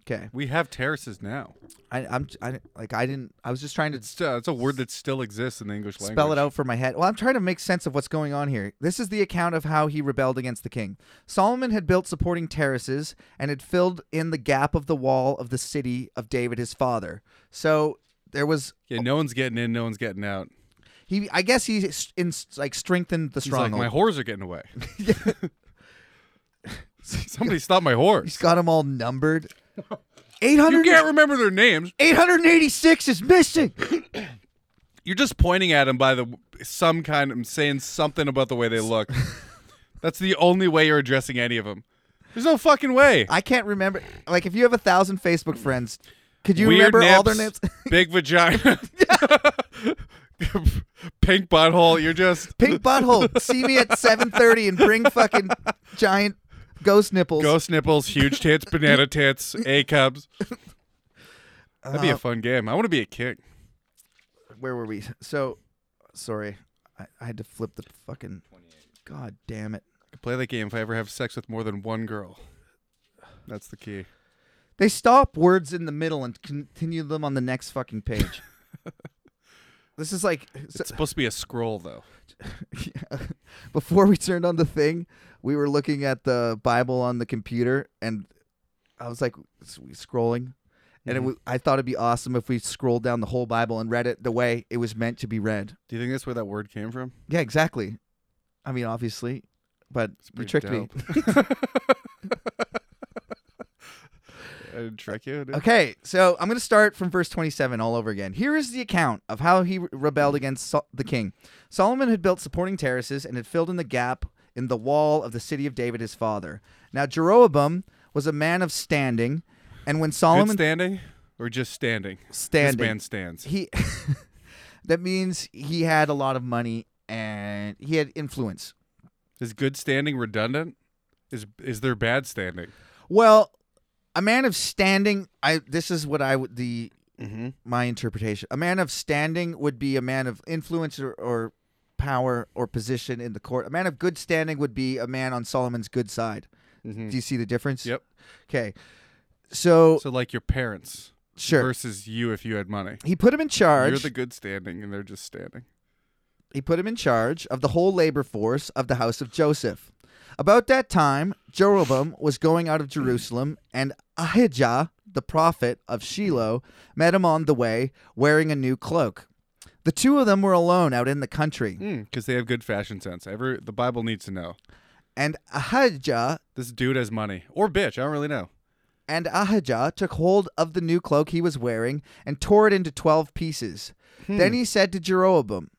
Okay,
we have terraces now.
I, I'm I, like I didn't. I was just trying to
It's uh, it's a word that still exists in the English language.
Spell it out for my head. Well, I'm trying to make sense of what's going on here. This is the account of how he rebelled against the king. Solomon had built supporting terraces and had filled in the gap of the wall of the city of David his father. So there was
Yeah, no one's getting in, no one's getting out.
he. I guess he s- in, like strengthened the
He's like,
stronghold.
my whores are getting away. Somebody stop my whores.
He's got them all numbered.
You
800,
can't remember their names.
886 is missing.
You're just pointing at them by the some kind of saying something about the way they look. That's the only way you're addressing any of them. There's no fucking way.
I can't remember. Like if you have a thousand Facebook friends, could you
Weird
remember all their
nips,
names?
Big vagina. Pink butthole. You're just
Pink butthole. See me at 7:30 and bring fucking giant ghost nipples.
ghost nipples, huge tits, banana tits, A cubs. That'd
Uh,
be a fun game. I want to be a king.
Where were we? So, sorry, I, I had to flip the fucking. God damn it!
I could play that game if I ever have sex with more than one girl. That's the key.
They stop words in the middle and continue them on the next fucking page. this is like so-
It's supposed to be a scroll though.
Yeah. before we turned on the thing, we were looking at the Bible on the computer, and I was like s- scrolling, and it
Mhm.
was, I thought it'd be awesome if we scrolled down the whole Bible and read it the way it was meant to be read.
Do you think that's where that word came from?
Yeah, exactly. I mean, obviously, but you
pretty
tricked me.
I didn't trick you. Dude.
Okay, so I'm going to start from verse 27 all over again. Here is the account of how he re- rebelled against Sol- the king. Solomon had built supporting terraces and had filled in the gap in the wall of the city of David his father. Now Jeroboam was a man of standing, and when
Good
Solomon
standing or just standing?
standing,
This man stands.
he that means he had a lot of money and he had influence.
Is good standing redundant? Is is there bad standing?
Well, a man of standing, I this is what I would the
Mm-hmm.
my interpretation. A man of standing would be a man of influence or, or power or position in the court. A man of good standing would be a man on Solomon's good side. Do you see the difference?
Mm-hmm. Yep.
Okay. So,
So like your parents
sure.
versus you if you had money.
he put him in charge.
You're the good standing, and they're just standing.
he put him in charge of the whole labor force of the house of Joseph. About that time, Jeroboam was going out of Jerusalem, and Ahijah, the prophet of Shiloh, met him on the way, wearing a new cloak. The two of them were alone out in the country,
Because Hmm, they have good fashion sense. Every the Bible needs to know.
and Ahijah
This dude has money or bitch. I don't really know.
and Ahijah took hold of the new cloak he was wearing and tore it into twelve pieces. Then he said to Jeroboam,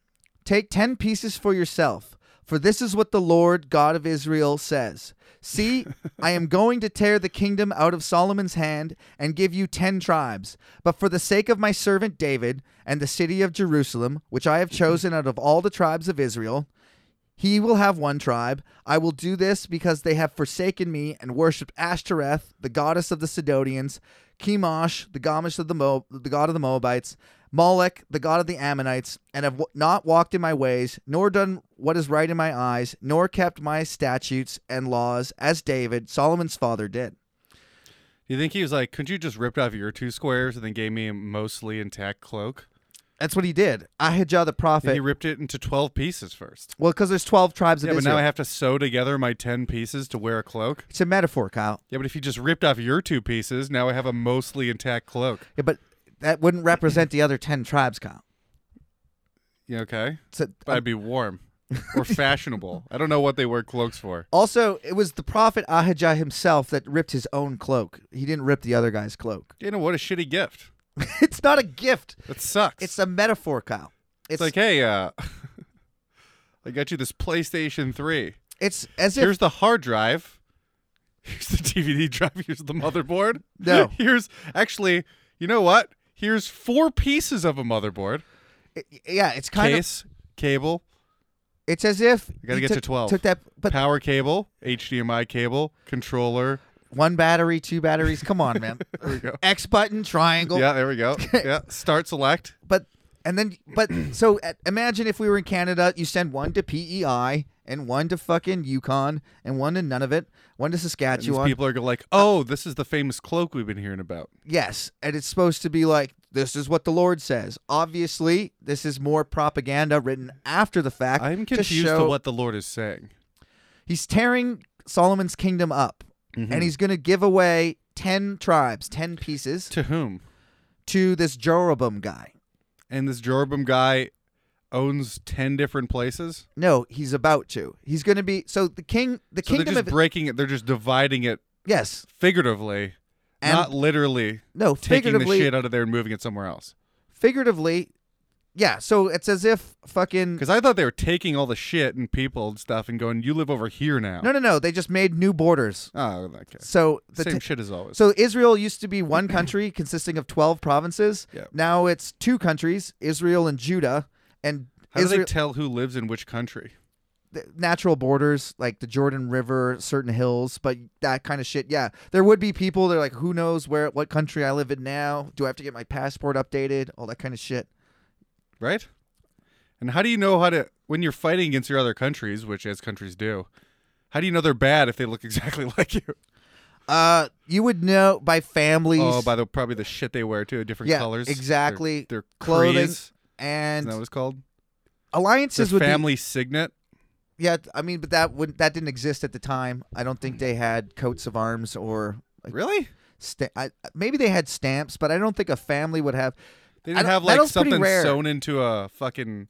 Take ten pieces for yourself, for this is what the Lord God of Israel says. See, I am going to tear the kingdom out of Solomon's hand and give you ten tribes. But for the sake of my servant David and the city of Jerusalem, which I have chosen out of all the tribes of Israel, he will have one tribe. I will do this because they have forsaken me and worshipped Ashtoreth, the goddess of the Sidonians, Chemosh, the goddess of the Mo- the god of the Moabites, Molech, the god of the Ammonites, and have w- not walked in my ways, nor done what is right in my eyes, nor kept my statutes and laws, as David, Solomon's father, did.
You think he was like, couldn't you just ripped off your two squares and then gave me a mostly intact cloak?
That's what he did. Ahijah the prophet.
he ripped it into twelve pieces first.
well, because there's twelve tribes of
Yeah, but
Israel.
now I have to sew together my ten pieces to wear a cloak.
it's a metaphor, Kyle.
Yeah, but if you just ripped off your two pieces, now I have a mostly intact cloak.
Yeah, but that wouldn't represent the other ten tribes, Kyle.
Yeah, okay.
So,
But I'd be warm or fashionable. I don't know what they wear cloaks for.
Also, it was the prophet Ahijah himself that ripped his own cloak. He didn't rip the other guy's cloak.
You know what a shitty gift.
it's not a gift.
That sucks.
It's a metaphor, Kyle. It's
It's like, hey, uh, I got you this PlayStation 3.
it's as if
Here's the hard drive. Here's the DVD drive. Here's the motherboard.
No.
Here's actually, you know what? Here's four pieces of a motherboard
it- yeah, it's kind of
case, cable,
it's as if
You gotta
he
get to
took-
12.
Took that, but
power cable, HDMI cable, controller.
one battery, two batteries. Come on, man.
There we go.
X button, triangle.
Yeah, there we go. Yeah, start select.
But and then but so uh, imagine if we were in Canada, you send one to PEI and one to fucking Yukon and one to none of it, one to
And these
Saskatchewan.
people are go like, oh, this is the famous cloak we've been hearing about.
Yes, and it's supposed to be like this is what the Lord says. Obviously, this is more propaganda written after the fact.
I'm
to
confused
show-
to what the Lord is saying.
he's tearing Solomon's kingdom up,
Mm-hmm.
and he's going to give away ten tribes, ten pieces
To whom?
to this Jeroboam guy.
And this Jeroboam guy owns ten different places.
No, he's about to. He's going to be so the king, the
So
kingdom
they're just
of
breaking it. They're just dividing it
yes,
figuratively,
And-
not literally.
no,
Taking the
figuratively,
shit out of there and moving it somewhere else.
figuratively, yeah. So it's as if fucking
Because I thought they were taking all the shit and people and stuff and going, "You live over here now."
no, no, no. They just made new borders.
Oh, okay.
So the
Same
ta-
shit as always.
So Israel used to be one country consisting of 12 provinces.
Yeah.
Now it's two countries, Israel and Judah, and
How do
Israel
they tell who lives in which country?
th- natural borders like the Jordan River, certain hills, but that kind of shit. Yeah. There would be people that are like who knows where what country I live in now? Do I have to get my passport updated? All that kind of shit.
right? And how do you know how to when you're fighting against your other countries, which as countries do, how do you know they're bad if they look exactly like you?
Uh you would know by families
Oh, by the probably the shit they wear too, different
Yeah,
colors,
exactly.
Their, their
Clothing
crees,
and
isn't that what it's called? Their
alliances would be
family signet.
Yeah, th- I mean, but that would that didn't exist at the time. I don't think they had coats of arms or like
Really?
sta- I, maybe they had stamps, but I don't think a family would have.
They
I
didn't
don't-
have like
metal's pretty
something
rare.
sewn into a fucking.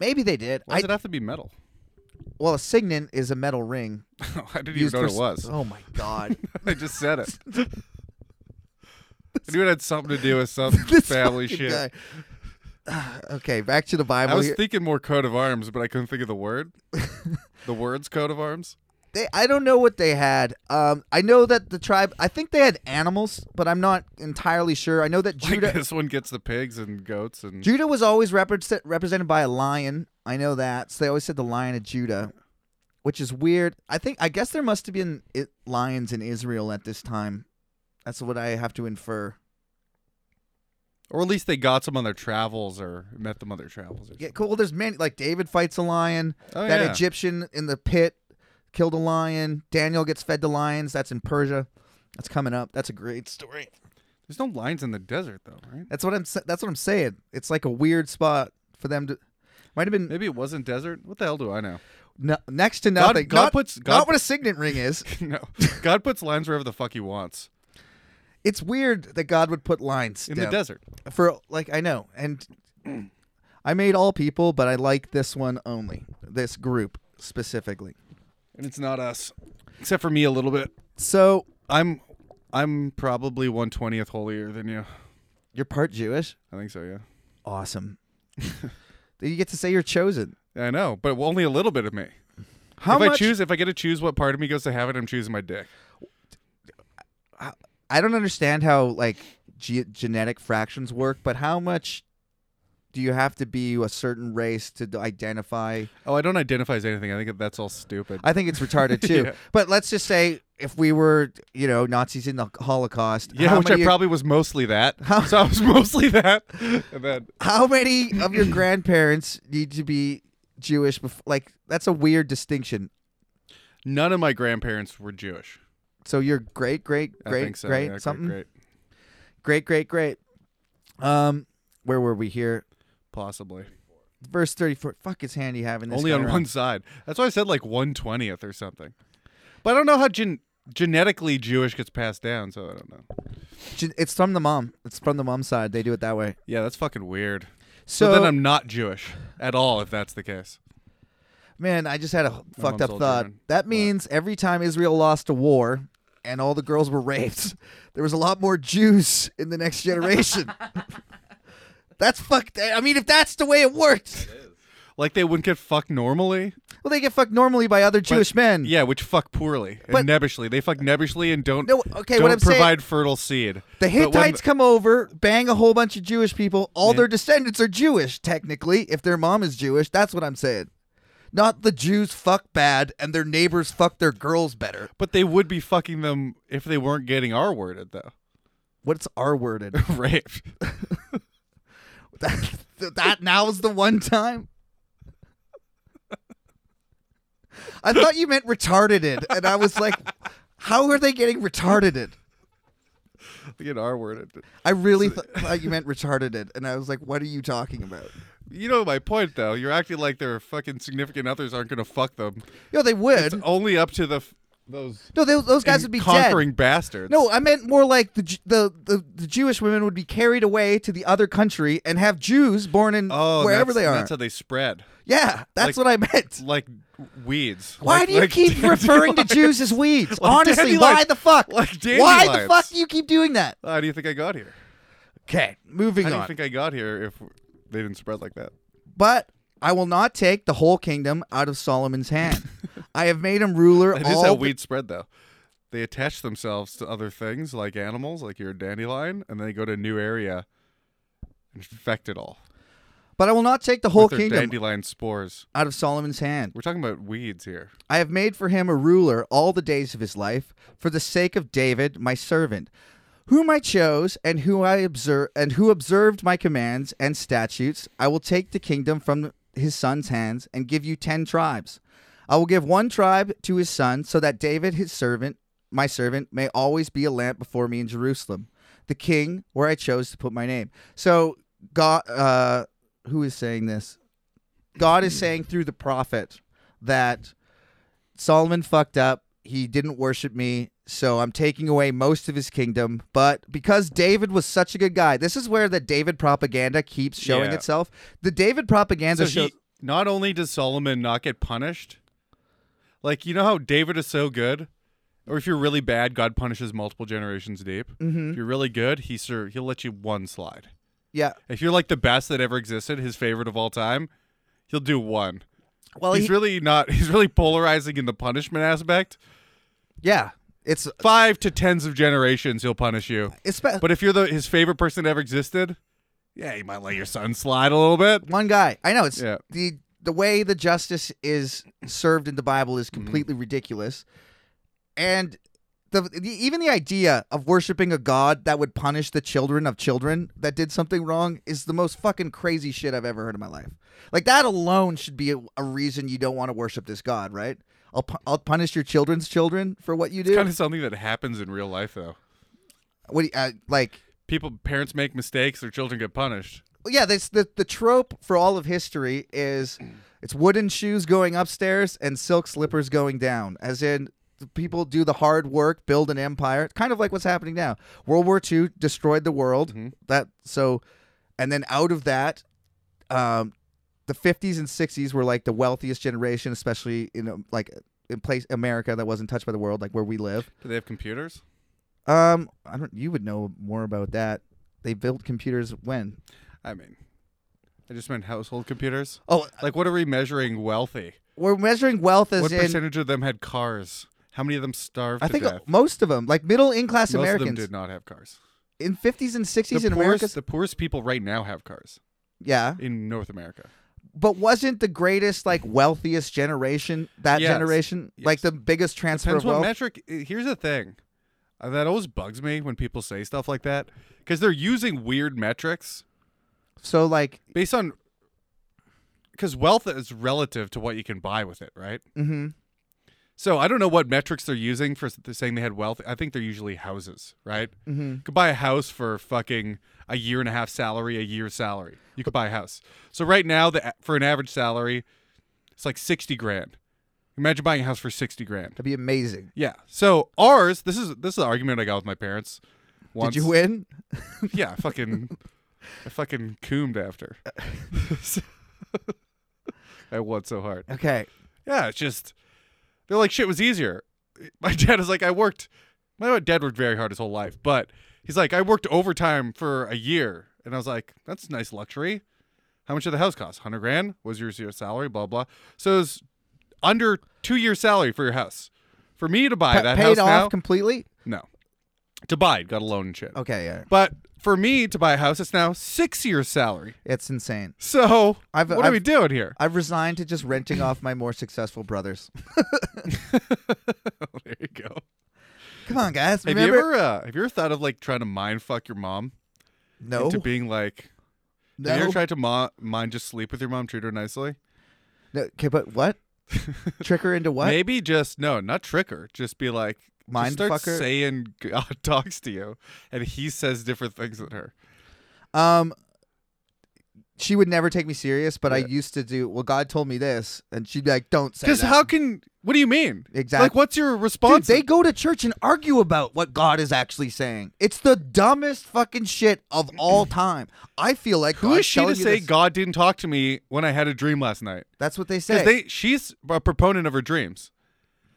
Maybe they did.
Why
I,
does it have to be metal?
well, a signet is a metal ring.
I didn't even
used
know what
for
it
s-
was.
Oh my god!
I just said it. I knew it had something to do with some
This
family
fucking
shit.
guy. Ah, okay, back to the Bible.
I was
here.
thinking more coat of arms, but I couldn't think of the word. the words coat of arms.
they, I don't know what they had. Um, I know that the tribe. I think they had animals, but I'm not entirely sure. I know that
Like
Judah.
this one gets the pigs and goats and
Judah was always repre- represented by a lion. I know that. So they always said the lion of Judah, which is weird. I think I guess there must have been i lions in Israel at this time. That's what I have to infer.
or at least they got some on their travels or met them on their travels. Or
Yeah, cool. Well, there's many like David fights a lion.
Oh,
that
yeah.
Egyptian in the pit killed a lion. Daniel gets fed to lions. That's in Persia. That's coming up. That's a great story.
There's no lines in the desert though, right?
That's what I'm. sa- That's what I'm saying. It's like a weird spot for them to. Might have been
Maybe it wasn't desert. What the hell do I know?
no, next to nothing.
God
not,
puts- God-
not what a signet ring is.
no, God puts lines wherever the fuck He wants
it's weird that God would put lines
in
down
the desert.
for like I know, and I made all people, but I like this one only. This group specifically.
and it's not us, except for me a little bit.
So
I'm I'm probably one twentieth holier than you.
you're part Jewish.
I think so. Yeah.
Awesome. you get to say you're chosen.
I know, but only a little bit of me.
How
if
much?
I choose, if I get to choose what part of me goes to heaven, I'm choosing my dick.
I don't understand how like ge- genetic fractions work, but how much do you have to be a certain race to d- identify?
Oh, I don't identify as anything. I think that's all stupid.
I think it's retarded too.
Yeah.
But let's just say if we were, you know, Nazis in the Holocaust,
yeah,
how
which
many,
I probably was mostly that.
How-
so I was mostly that. And then
how many of your grandparents need to be Jewish? Before, like that's a weird distinction.
none of my grandparents were Jewish.
So you're great, great,
I
great,
think so.
great,
Yeah, great,
something,
great.
great, great, great. Um, where were we here?
Possibly.
Verse thirty-four. Fuck, it's handy having this
Only
guy
on
around.
one side. That's why I said like one twentieth or something. But I don't know how gen- genetically Jewish gets passed down, so I don't know.
Gen- It's from the mom. It's from the mom side. They do it that way.
Yeah, that's fucking weird.
So,
So, then I'm not Jewish at all, if that's the case.
man, I just had a fucked
mom's
up
all
thought.
German.
That means every time Israel lost a war and all the girls were raped, there was a lot more Jews in the next generation. that's fucked. I mean, if that's the way it worked,
Like they wouldn't get fucked normally.
well, they get fucked normally by other Jewish men.
Yeah, which fuck poorly
Mm. But-
and nebbishly. They fuck nebbishly and don't.
No, okay,
Don't
what I'm saying-
provide fertile seed.
The
But when
Hittites come over, bang a whole bunch of Jewish people. All
Yeah.
their descendants are Jewish, technically, if their mom is Jewish. That's what I'm saying. Not the Jews fuck bad and their neighbors fuck their girls better.
But they would be fucking them if they weren't getting R worded though.
What's R worded?
Raped.
that, that now's the one time. I thought you meant retarded it, and I was like, how are they getting retarded it?
They get R worded.
I really th- thought you meant retarded it, and I was like, what are you talking about?
You know my point though. You're acting like their fucking significant others aren't gonna fuck them.
Yo, they would.
It's only up to the f- those
no, they, those guys would be dead.
conquering bastards.
No, I meant more like the, Ju- the the the Jewish women would be carried away to the other country and have Jews born in
oh,
wherever
that's-
they are.
That's how they spread,
yeah, that's
like-
what I meant.
like weeds.
Why
Like-
do you
like
keep referring to
dandelions.
Jews as weeds?
Like
Honestly,
dandelions.
why the fuck?
Like
why the
dandelions.
fuck do you keep doing that?
How do you think I got here?
Okay, moving
How do
on.
you think I got here if they didn't spread like that?
but I will not take the whole kingdom out of Solomon's hand. I have made him ruler
That is
all
how
the-
weeds spread, though. They attach themselves to other things like animals, like your dandelion, and they go to a new area and infect it all.
But I will not take the whole
with their
kingdom
dandelion spores.
out of Solomon's hand.
We're talking about weeds here.
I have made for him a ruler all the days of his life, for the sake of David, my servant, whom I chose and who I observe and who observed my commands and statutes. I will take the kingdom from his son's hands and give you ten tribes. I will give one tribe to his son, so that David, his servant, my servant, may always be a lamp before me in Jerusalem, the king where I chose to put my name. So God, uh, who is saying this? God is saying through the prophet that Solomon fucked up. He didn't worship me, so I'm taking away most of his kingdom. But because David was such a good guy, this is where the David propaganda keeps showing
Yeah.
itself. The David propaganda
So
shows.
he, not only does Solomon not get punished, like you know how David is so good, or if you're really bad, God punishes multiple generations deep. If you're really good, he sir he'll let you one slide.
Yeah.
If you're like the best that ever existed, his favorite of all time, he'll do one.
Well,
he's
he-
really not. He's really polarizing in the punishment aspect.
Yeah. It's
Five to tens of generations, he'll punish you.
it's
But if you're the his favorite person that ever existed, yeah, you might let your son slide a little bit.
one guy. I know it's
Yeah.
the the way the justice is served in the Bible is
Mm-hmm.
completely ridiculous, and the, the even the idea of worshiping a god that would punish the children of children that did something wrong is the most fucking crazy shit I've ever heard in my life. Like that alone should be a, a reason you don't want to worship this god, right? I'll pu- I'll punish your children's children for what you do.
It's kind of something that happens in real life, though.
what do you, uh, like
People, parents make mistakes, their children get punished.
Well, yeah, this the the trope for all of history is it's wooden shoes going upstairs and silk slippers going down, as in the people do the hard work, build an empire, kind of like what's happening now. World War II destroyed the world. That so, and then out of that, um, the 50s and 60s were like the wealthiest generation, especially in um, like in place America that wasn't touched by the world, like where we live.
Do they have computers?
Um, I don't. You would know more about that. They built computers when?
I mean, I just meant household computers.
Oh,
Like, what are we measuring wealthy?
we're measuring wealth as
What
in.
percentage of them had cars? How many of them starved
I
to
think
death?
most of them, like middle in class
Most of them
Americans,
did not have cars.
in 50s and 60s
the
in
poorest,
America,
the poorest people right now have cars
yeah,
in North America.
but wasn't the greatest like wealthiest generation that
Yes.
generation like
Yes.
the biggest transfer
Depends
of
what
wealth?
metric. i- Here's the thing uh, that always bugs me when people say stuff like that because they're using weird metrics
so like,
based on because wealth is relative to what you can buy with it, right?
hmm
So I don't know what metrics they're using for s- they're saying they had wealth. I think they're usually houses, right?
Mhm.
You could buy a house for fucking a year and a half salary, a year's salary. You could buy a house. So right now, the, a- for an average salary, it's like sixty grand. Imagine buying a house for sixty grand.
that'd be amazing.
Yeah. So ours, this is this is the argument I got with my parents. Once.
Did you win?
Yeah, I fucking, I fucking coomed after. I won so hard.
Okay,
Yeah, it's just they're like shit was easier. My dad is like I worked. My dad worked very hard his whole life, but he's like I worked overtime for a year, and I was like that's a nice luxury. How much did the house cost? Hundred grand was your your salary, blah blah. So it was under two year salary for your house. For me to buy
Pa-
that house
paid off
now,
completely.
no. To buy, it, got a loan and shit.
Okay, yeah,
But for me to buy a house, it's now six years salary.
it's insane.
So
I've-
what
I've-
are we doing here?
I've resigned to just renting off my more successful brothers.
there you go.
Come on, guys.
Have
Remember?
you ever uh, have you ever thought of like trying to mind fuck your mom
no,
into being like?
no,
Have you ever tried to mo- mind just sleep with your mom, treat her nicely?
no. Okay, but what? Trick her into what?
Maybe just no, not trick her. Just be like just
Mind
start
fucker?
saying God talks to you, and he says different things than her.
Um, she would never take me serious, but I
Yeah.
used to do. Well, God told me this, and she'd be like, "Don't say
Because
that."
how can? What do you mean?
Exact-
Like, what's your
Dude,
response?
they go to church and argue about what God is actually saying. It's the dumbest fucking shit of all time. I feel like
Who
God's
is she to
telling you
say
this-
God didn't talk to me when I had a dream last night?
That's what they say.
Because they she's a proponent of her dreams.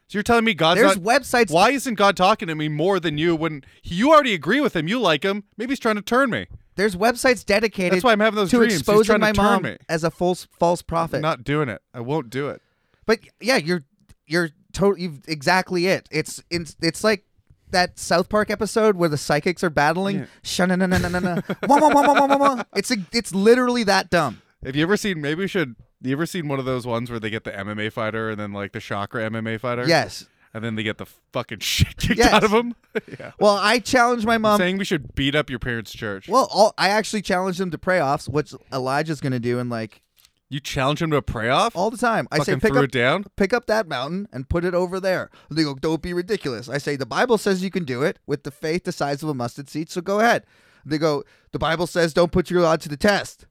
So you're telling me God's
There's
not,
websites.
why isn't God talking to me more than you when you already agree with him? You like him. Maybe he's trying to turn me.
There's websites dedicated.
That's why I'm having those
to
dreams. He's
exposing
trying to
my
turn
mom
me.
as a false false
I'm
prophet.
not doing it. I won't do it.
But yeah, you're you're totally you've exactly it. It's it's, it's like that South Park episode where the psychics are battling. Sha na na na na na na. Wah, wah, wah, wah, wah, wah, wah. It's a- it's literally that dumb.
Have you ever seen? Maybe we should. You ever seen one of those ones where they get the MMA fighter and then like the chakra MMA fighter?
Yes.
And then they get the fucking shit kicked
Yes. Um,
out of them. yeah.
Well, I challenge my mom.
Saying we should beat up your parents' church.
Well, all, I actually challenge them to pray offs, which Elijah's going to do, and like
You challenge him to a pray off.
all the time, Oh, I say
fucking
pick
threw
up
it down.
pick up that mountain and put it over there. And they go, don't be ridiculous. I say, the Bible says you can do it with the faith the size of a mustard seed, so go ahead. They go, the Bible says don't put your God to the test.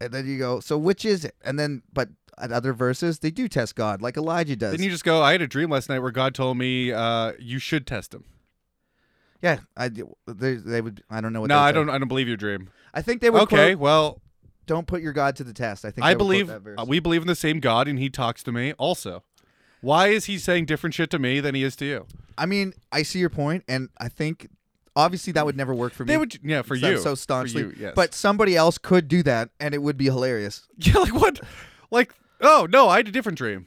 And then you go, so which is it? And then, but at other verses, they do test God, like Elijah does.
Then you just go. I had a dream last night where God told me uh, you should test him.
yeah, I, they, they would, I don't know what
No,
they'd
I
say.
don't. I don't believe your dream.
I think they would
Okay,
quote,
well,
don't put your God to the test. I think
I
they would quote
believe
that verse.
uh, we believe in the same God, and He talks to me also. Why is He saying different shit to me than He is to you?
I mean, I see your point, and I think obviously that would never work for me.
They would, yeah, for
because I'm
you,
so
For
staunchly.
you, yes.
But somebody else could do that, and it would be hilarious,
yeah, like what? Like, oh no, I had a different dream.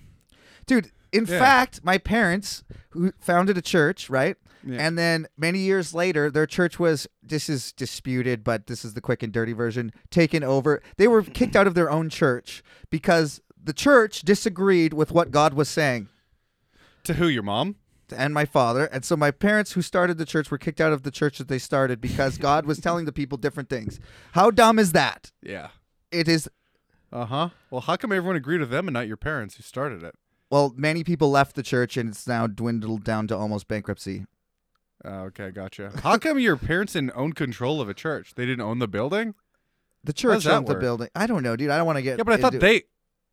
dude. In
Yeah.
fact, my parents who founded a church, right?
Yeah.
And then many years later, their church was this is disputed, but this is the quick and dirty version taken over. They were kicked out of their own church because the church disagreed with what God was saying.
To who? Your mom?
and my father. And so my parents who started the church were kicked out of the church that they started because God was telling the people different things. How dumb is that?
Yeah.
It is
Uh huh. Well, how come everyone agreed with them and not your parents who started it?
well, many people left the church and it's now dwindled down to almost bankruptcy.
Oh, okay, gotcha. How come your parents didn't own control of a church? They didn't own the building.
The
does
church
that
owned the
work?
building. I don't know, dude. I don't want to get
Yeah, but I thought
into-
they.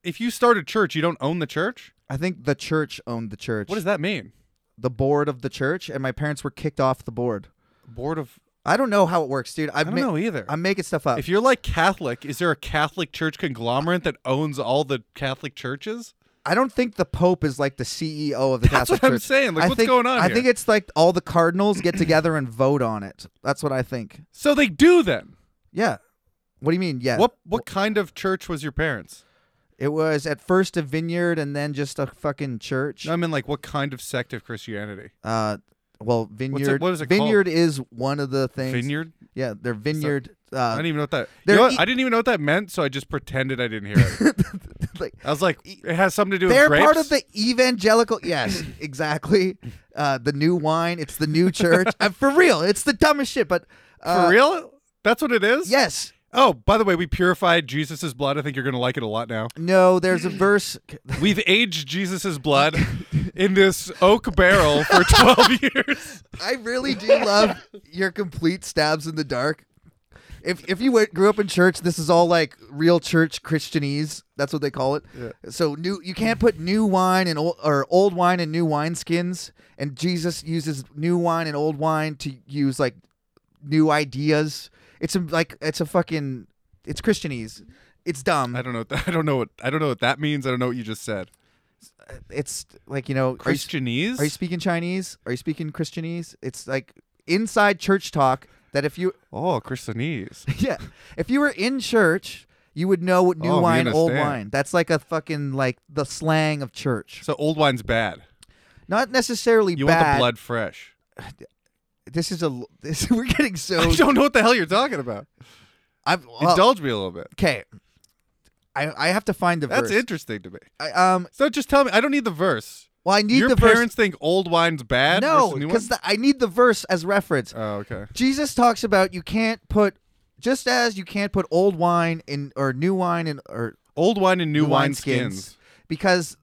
If you start a church, you don't own the church.
I think the church owned the church.
What does that mean?
the board of the church and my parents were kicked off the board.
Board of
I don't know how it works, dude. I
I don't know either.
I'm making stuff up.
if you're like Catholic, is there a Catholic church conglomerate that owns all the Catholic churches?
I don't think the Pope is like the CEO of the
That's
Catholic
what I'm
Church.
saying. Like,
I
what's
think-
going on
I
here?
think it's like all the cardinals get together and vote on it. That's what I think.
So they do then.
Yeah. What do you mean? Yeah.
What what kind of church was your parents?
It was at first a vineyard and then just a fucking church.
No, I mean like what kind of sect of Christianity?
Uh, well, vineyard.
what is it called?
vineyard is one of the things.
Vineyard?
Yeah, they're vineyard. uh,
I didn't even know what that. You
they're
know what?
e-
I didn't even know what that meant, so I just pretended I didn't hear it.
like,
I was like, it has something to do
E they're
with grapes.
part of the evangelical. Yes, exactly. Uh, the new wine. It's the new church. uh, for real, it's the dumbest shit. But uh,
For real? That's what it is.
Yes.
Oh, by the way, we purified Jesus' blood. I think you're gonna like it a lot now.
No, there's a verse.
We've aged Jesus' blood in this oak barrel for 12 years.
I really do love your complete stabs in the dark. If if you went, grew up in church, this is all like real church Christianese. That's what they call it. So new, you can't put new wine and old or old wine and new wineskins. And Jesus uses new wine and old wine to use like new ideas. It's a, like it's a fucking it's Christianese. It's dumb.
I don't know. what that- I don't know what. I don't know what that means. I don't know what you just said.
It's like you know, are you-
Christianese?
Are you speaking Chinese? Are you speaking Christianese? It's like inside church talk that if you
oh, Christianese.
yeah, if you were in church, you would know what new
Oh, we
wine, old
understand.
wine. That's like a fucking like the slang of church.
So old wine's bad.
Not necessarily
You want
bad.
the blood fresh.
This is a l- this we're getting so
I don't know what the hell you're talking about.
I've Oh, well,
Indulge me a little bit.
okay. I I have to find the
That's
verse.
interesting to me.
I, um
So just tell me. I don't need the verse.
well I need
Your
the
parents think old wine's
verse.
bad.
No,
versus new
because
wine?
I need the verse as reference.
oh, okay.
Jesus talks about you can't put just as you can't put old wine in or new wine in or
Old wine and new,
the
wine
wineskins,
skins.
because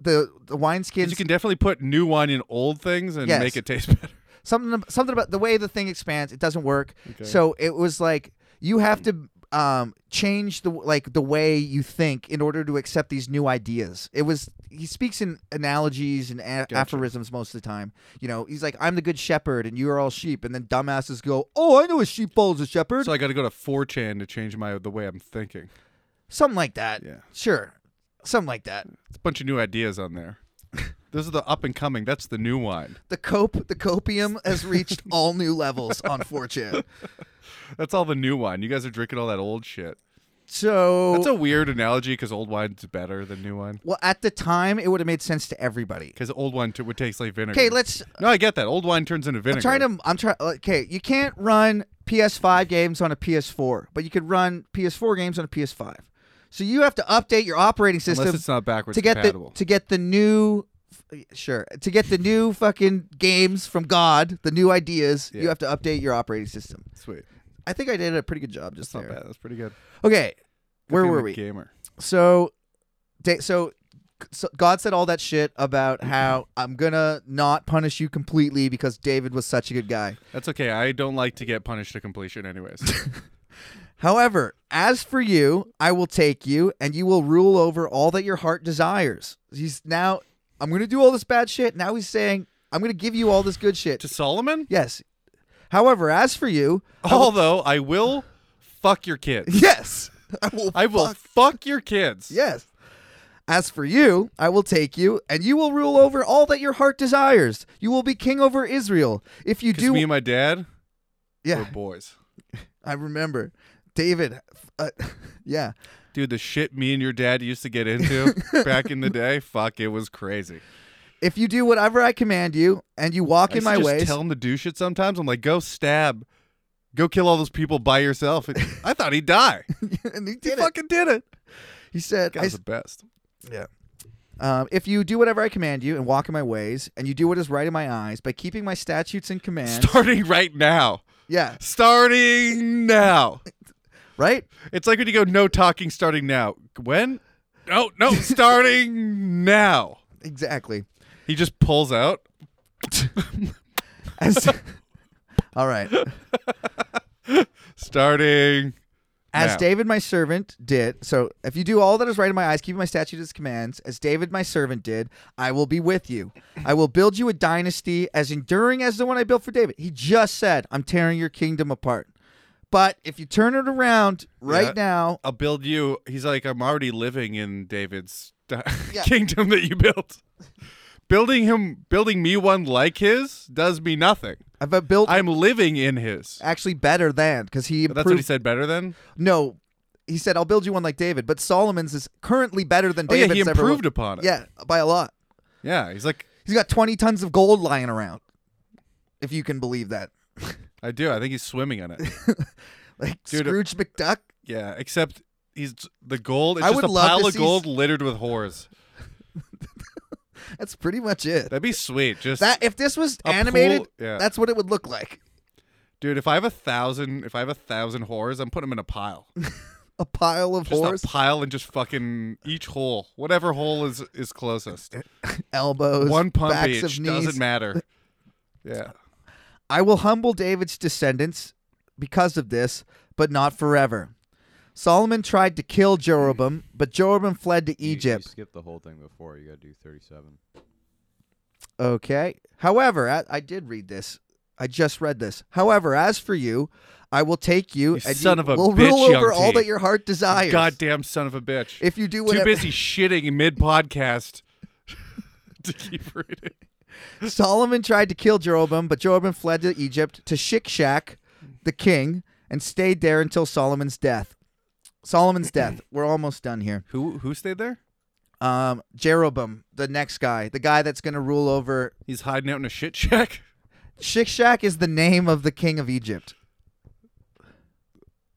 the the wine
'Cause
skins
You can definitely put new wine in old things and
Yes.
make it taste better.
something ab- something about the way the thing expands it doesn't work so it was like you have to um change the like the way you think in order to accept these new ideas it was he speaks in analogies and a- aphorisms most of the time you know he's like i'm the good shepherd and you're all sheep and then dumbasses go oh i know a sheep follows a shepherd
So I got to go to 4chan to change my the way I'm thinking.
something like that
Yeah.
sure something like that
It's a bunch of new ideas on there. Those are the up and coming. That's the new wine.
the cope the copium has reached all new levels on 4chan
That's all the new wine. You guys are drinking all that old shit.
so
That's a weird analogy because old wine's better than new wine.
Well, at the time, it would have made sense to everybody.
Because old wine t- would taste like vinegar.
Okay, let's.
No, I get that. Old wine turns into vinegar.
I'm trying to. I'm trying. Okay, you can't run PS5 games on a PS4, but you could run PS4 games on a PS5. So you have to update your operating
Unless
system
it's not backwards
to get
compatible.
the to get the new. Sure, to get the new fucking games from God, the new ideas, you
Yeah.
have to update your operating system.
Sweet.
I think I did a pretty good job just
That's not
there.
bad. That's pretty good.
Okay, where
Being
were
a
we?
Gamer.
so da- so so God said all that shit about how I'm gonna not punish you completely because David was such a good guy.
That's okay. I don't like to get punished to completion, anyways.
However, as for you, I will take you and you will rule over all that your heart desires. He's now I'm gonna do all this bad shit. Now he's saying I'm gonna give you all this good shit.
to Solomon?
yes. However, as for you,
Although I will fuck your kids.
yes, I will.
I will
fuck-
fuck your kids.
Yes. As for you, I will take you, and you will rule over all that your heart desires. You will be king over Israel. If you
'Cause
do,
me and my dad
yeah,
were boys.
I remember, David. Uh, yeah,
Dude, the shit me and your dad used to get into back in the day, fuck, it was crazy.
if you do whatever I command you, and you walk
I
in
used to
my
just
ways,
Tell him to do shit sometimes. I'm like, go stab, go kill all those people by yourself. And I thought he'd die.
and he
He
did it.
fucking did it.
He said,
That
I,
was the best.
Yeah. Um, if you do whatever I command you and walk in my ways, and you do what is right in my eyes by keeping my statutes and commands,
Starting right now.
yeah,
Starting now.
right,
It's like when you go no talking starting now. When? No, no, starting now.
exactly.
He just pulls out.
As- all right.
Starting
As
map.
David my servant did, so if you do all that is right in my eyes, keeping my statutes and commands, as David my servant did, I will be with you. I will build you a dynasty as enduring as the one I built for David. He just said, I'm tearing your kingdom apart. But if you turn it around right
Yeah.
now,
I'll build you. He's like, I'm already living in David's uh, kingdom that you built. building him, building me one like his does me nothing.
I've built
I'm living in his.
actually better than because he improved. Oh,
That's what he said. Better than.
No, he said, I'll build you one like David, but Solomon's is currently better than
Oh yeah,
David's.
he
ever
improved
was.
upon it.
Yeah, by a lot.
yeah. He's like,
He's got 20 tons of gold lying around, if you can believe that.
I do. I think he's swimming in it.
Like
Dude, uh,
Scrooge McDuck.
yeah, except he's the gold. It's
I
just
would
a
love
pile
to
of
see
gold littered with whores.
That's pretty much it.
That'd be sweet. Just
That if this was
A
animated,
pool- yeah.
that's what it would look like.
dude, if I have a thousand, if I have a thousand whores, I'm putting them in a pile.
A pile of
Just
whores,
a pile and just fucking each hole, whatever hole is is closest.
elbows,
One pump
backs
each
of knees.
doesn't matter. Yeah.
I will humble David's descendants because of this, but not forever. Solomon tried to kill Jeroboam, but Jeroboam fled to
You-
Egypt.
You, skipped the whole thing before. You got to do 37.
Okay. However, I, I did read this. I just read this. However, as for you, I will take you,
You
and
son
you
of a
will
bitch,
rule
young
over all
T.
that your heart desires.
Goddamn son of a bitch.
If you do
Too
whatever
busy shitting mid podcast to keep reading.
Solomon tried to kill Jeroboam, but Jeroboam fled to Egypt to Shishak, the king, and stayed there until Solomon's death. Solomon's death. We're almost done here.
Who who stayed there?
Um, Jeroboam, the next guy, the guy that's going to rule over
He's hiding out in a shit shack.
Shishak is the name of the king of Egypt.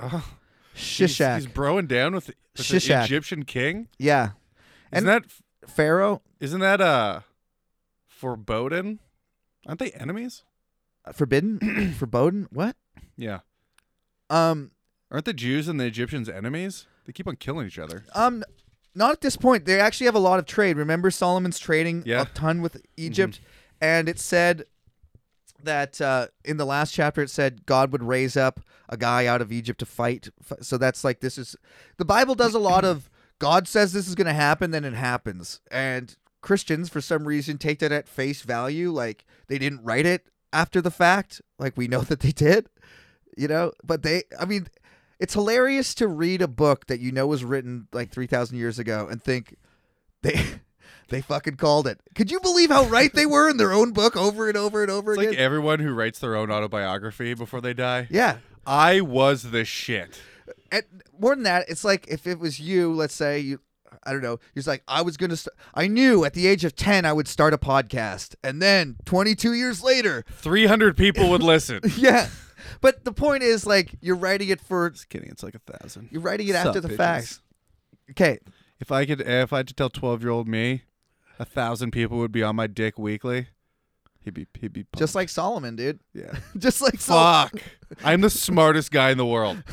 Oh, he's,
Shishak.
he's broing down with, with the
Shishak.
Egyptian king.
yeah. And-
Isn't that
Pharaoh,
isn't that uh foreboding? Aren't they enemies?
forbidden, forbidden. What?
Yeah.
Um,
Aren't the Jews and the Egyptians enemies? They keep on killing each other.
um, not at this point. They actually have a lot of trade. Remember, Solomon's trading
Yeah.
a ton with Egypt, and it said that uh, in the last chapter, it said God would raise up a guy out of Egypt to fight. F- So that's like this is the Bible does a lot of God says this is going to happen, then it happens, and Christians for some reason take that at face value, like they didn't write it after the fact, like we know that they did. you know but they i mean it's hilarious to read a book that you know was written like 3000 years ago and think they they fucking called it could you believe how right they were in their own book over and over and over
It's
again
like everyone who writes their own autobiography before they die.
yeah
I was the shit.
and more than that it's like if it was you let's say you i don't know he's like i was gonna st- i knew at the age of 10 i would start a podcast and then 22 years later
300 people would listen.
yeah but the point is like you're writing it for
Just kidding. It's like a thousand.
you're writing it after the fact okay
If I could, if I had to tell 12 year old me, a thousand people would be on my dick weekly. He'd be, he'd be pumped.
just like solomon dude
yeah.
just like Sol-
Fuck. I'm the smartest guy in the world.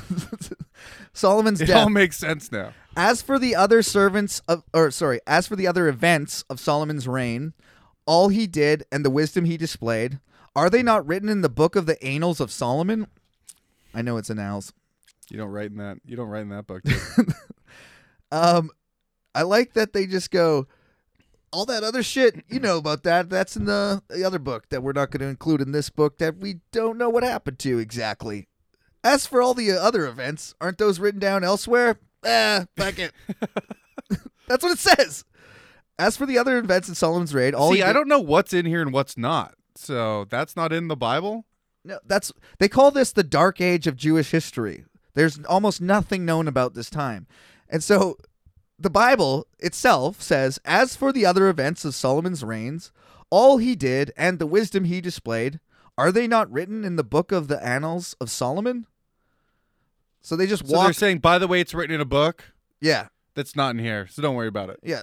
Solomon's
It
death.
all makes sense now.
As for the other servants of, or sorry, as for the other events of Solomon's reign, all he did and the wisdom he displayed, are they not written in the book of the annals of Solomon? I know it's annals.
You don't write in that. You don't write in that book. dude.
Um, I like that they just go, all that other shit, you know about that. That's in the, the other book that we're not going to include in this book that we don't know what happened to exactly. As for all the other events, aren't those written down elsewhere? Ah, fuck it. That's what it says. As for the other events in Solomon's raid, all
See,
he
I
did-
don't know what's in here and what's not. So that's not in the Bible.
No, that's they call this the dark age of Jewish history. There's almost nothing known about this time. And so the Bible itself says, as for the other events of Solomon's reigns, all he did and the wisdom he displayed, are they not written in the book of the annals of Solomon? So they just
So
walk
they're saying, by the way, it's written in a book
Yeah.
that's not in here. So don't worry about it.
Yeah.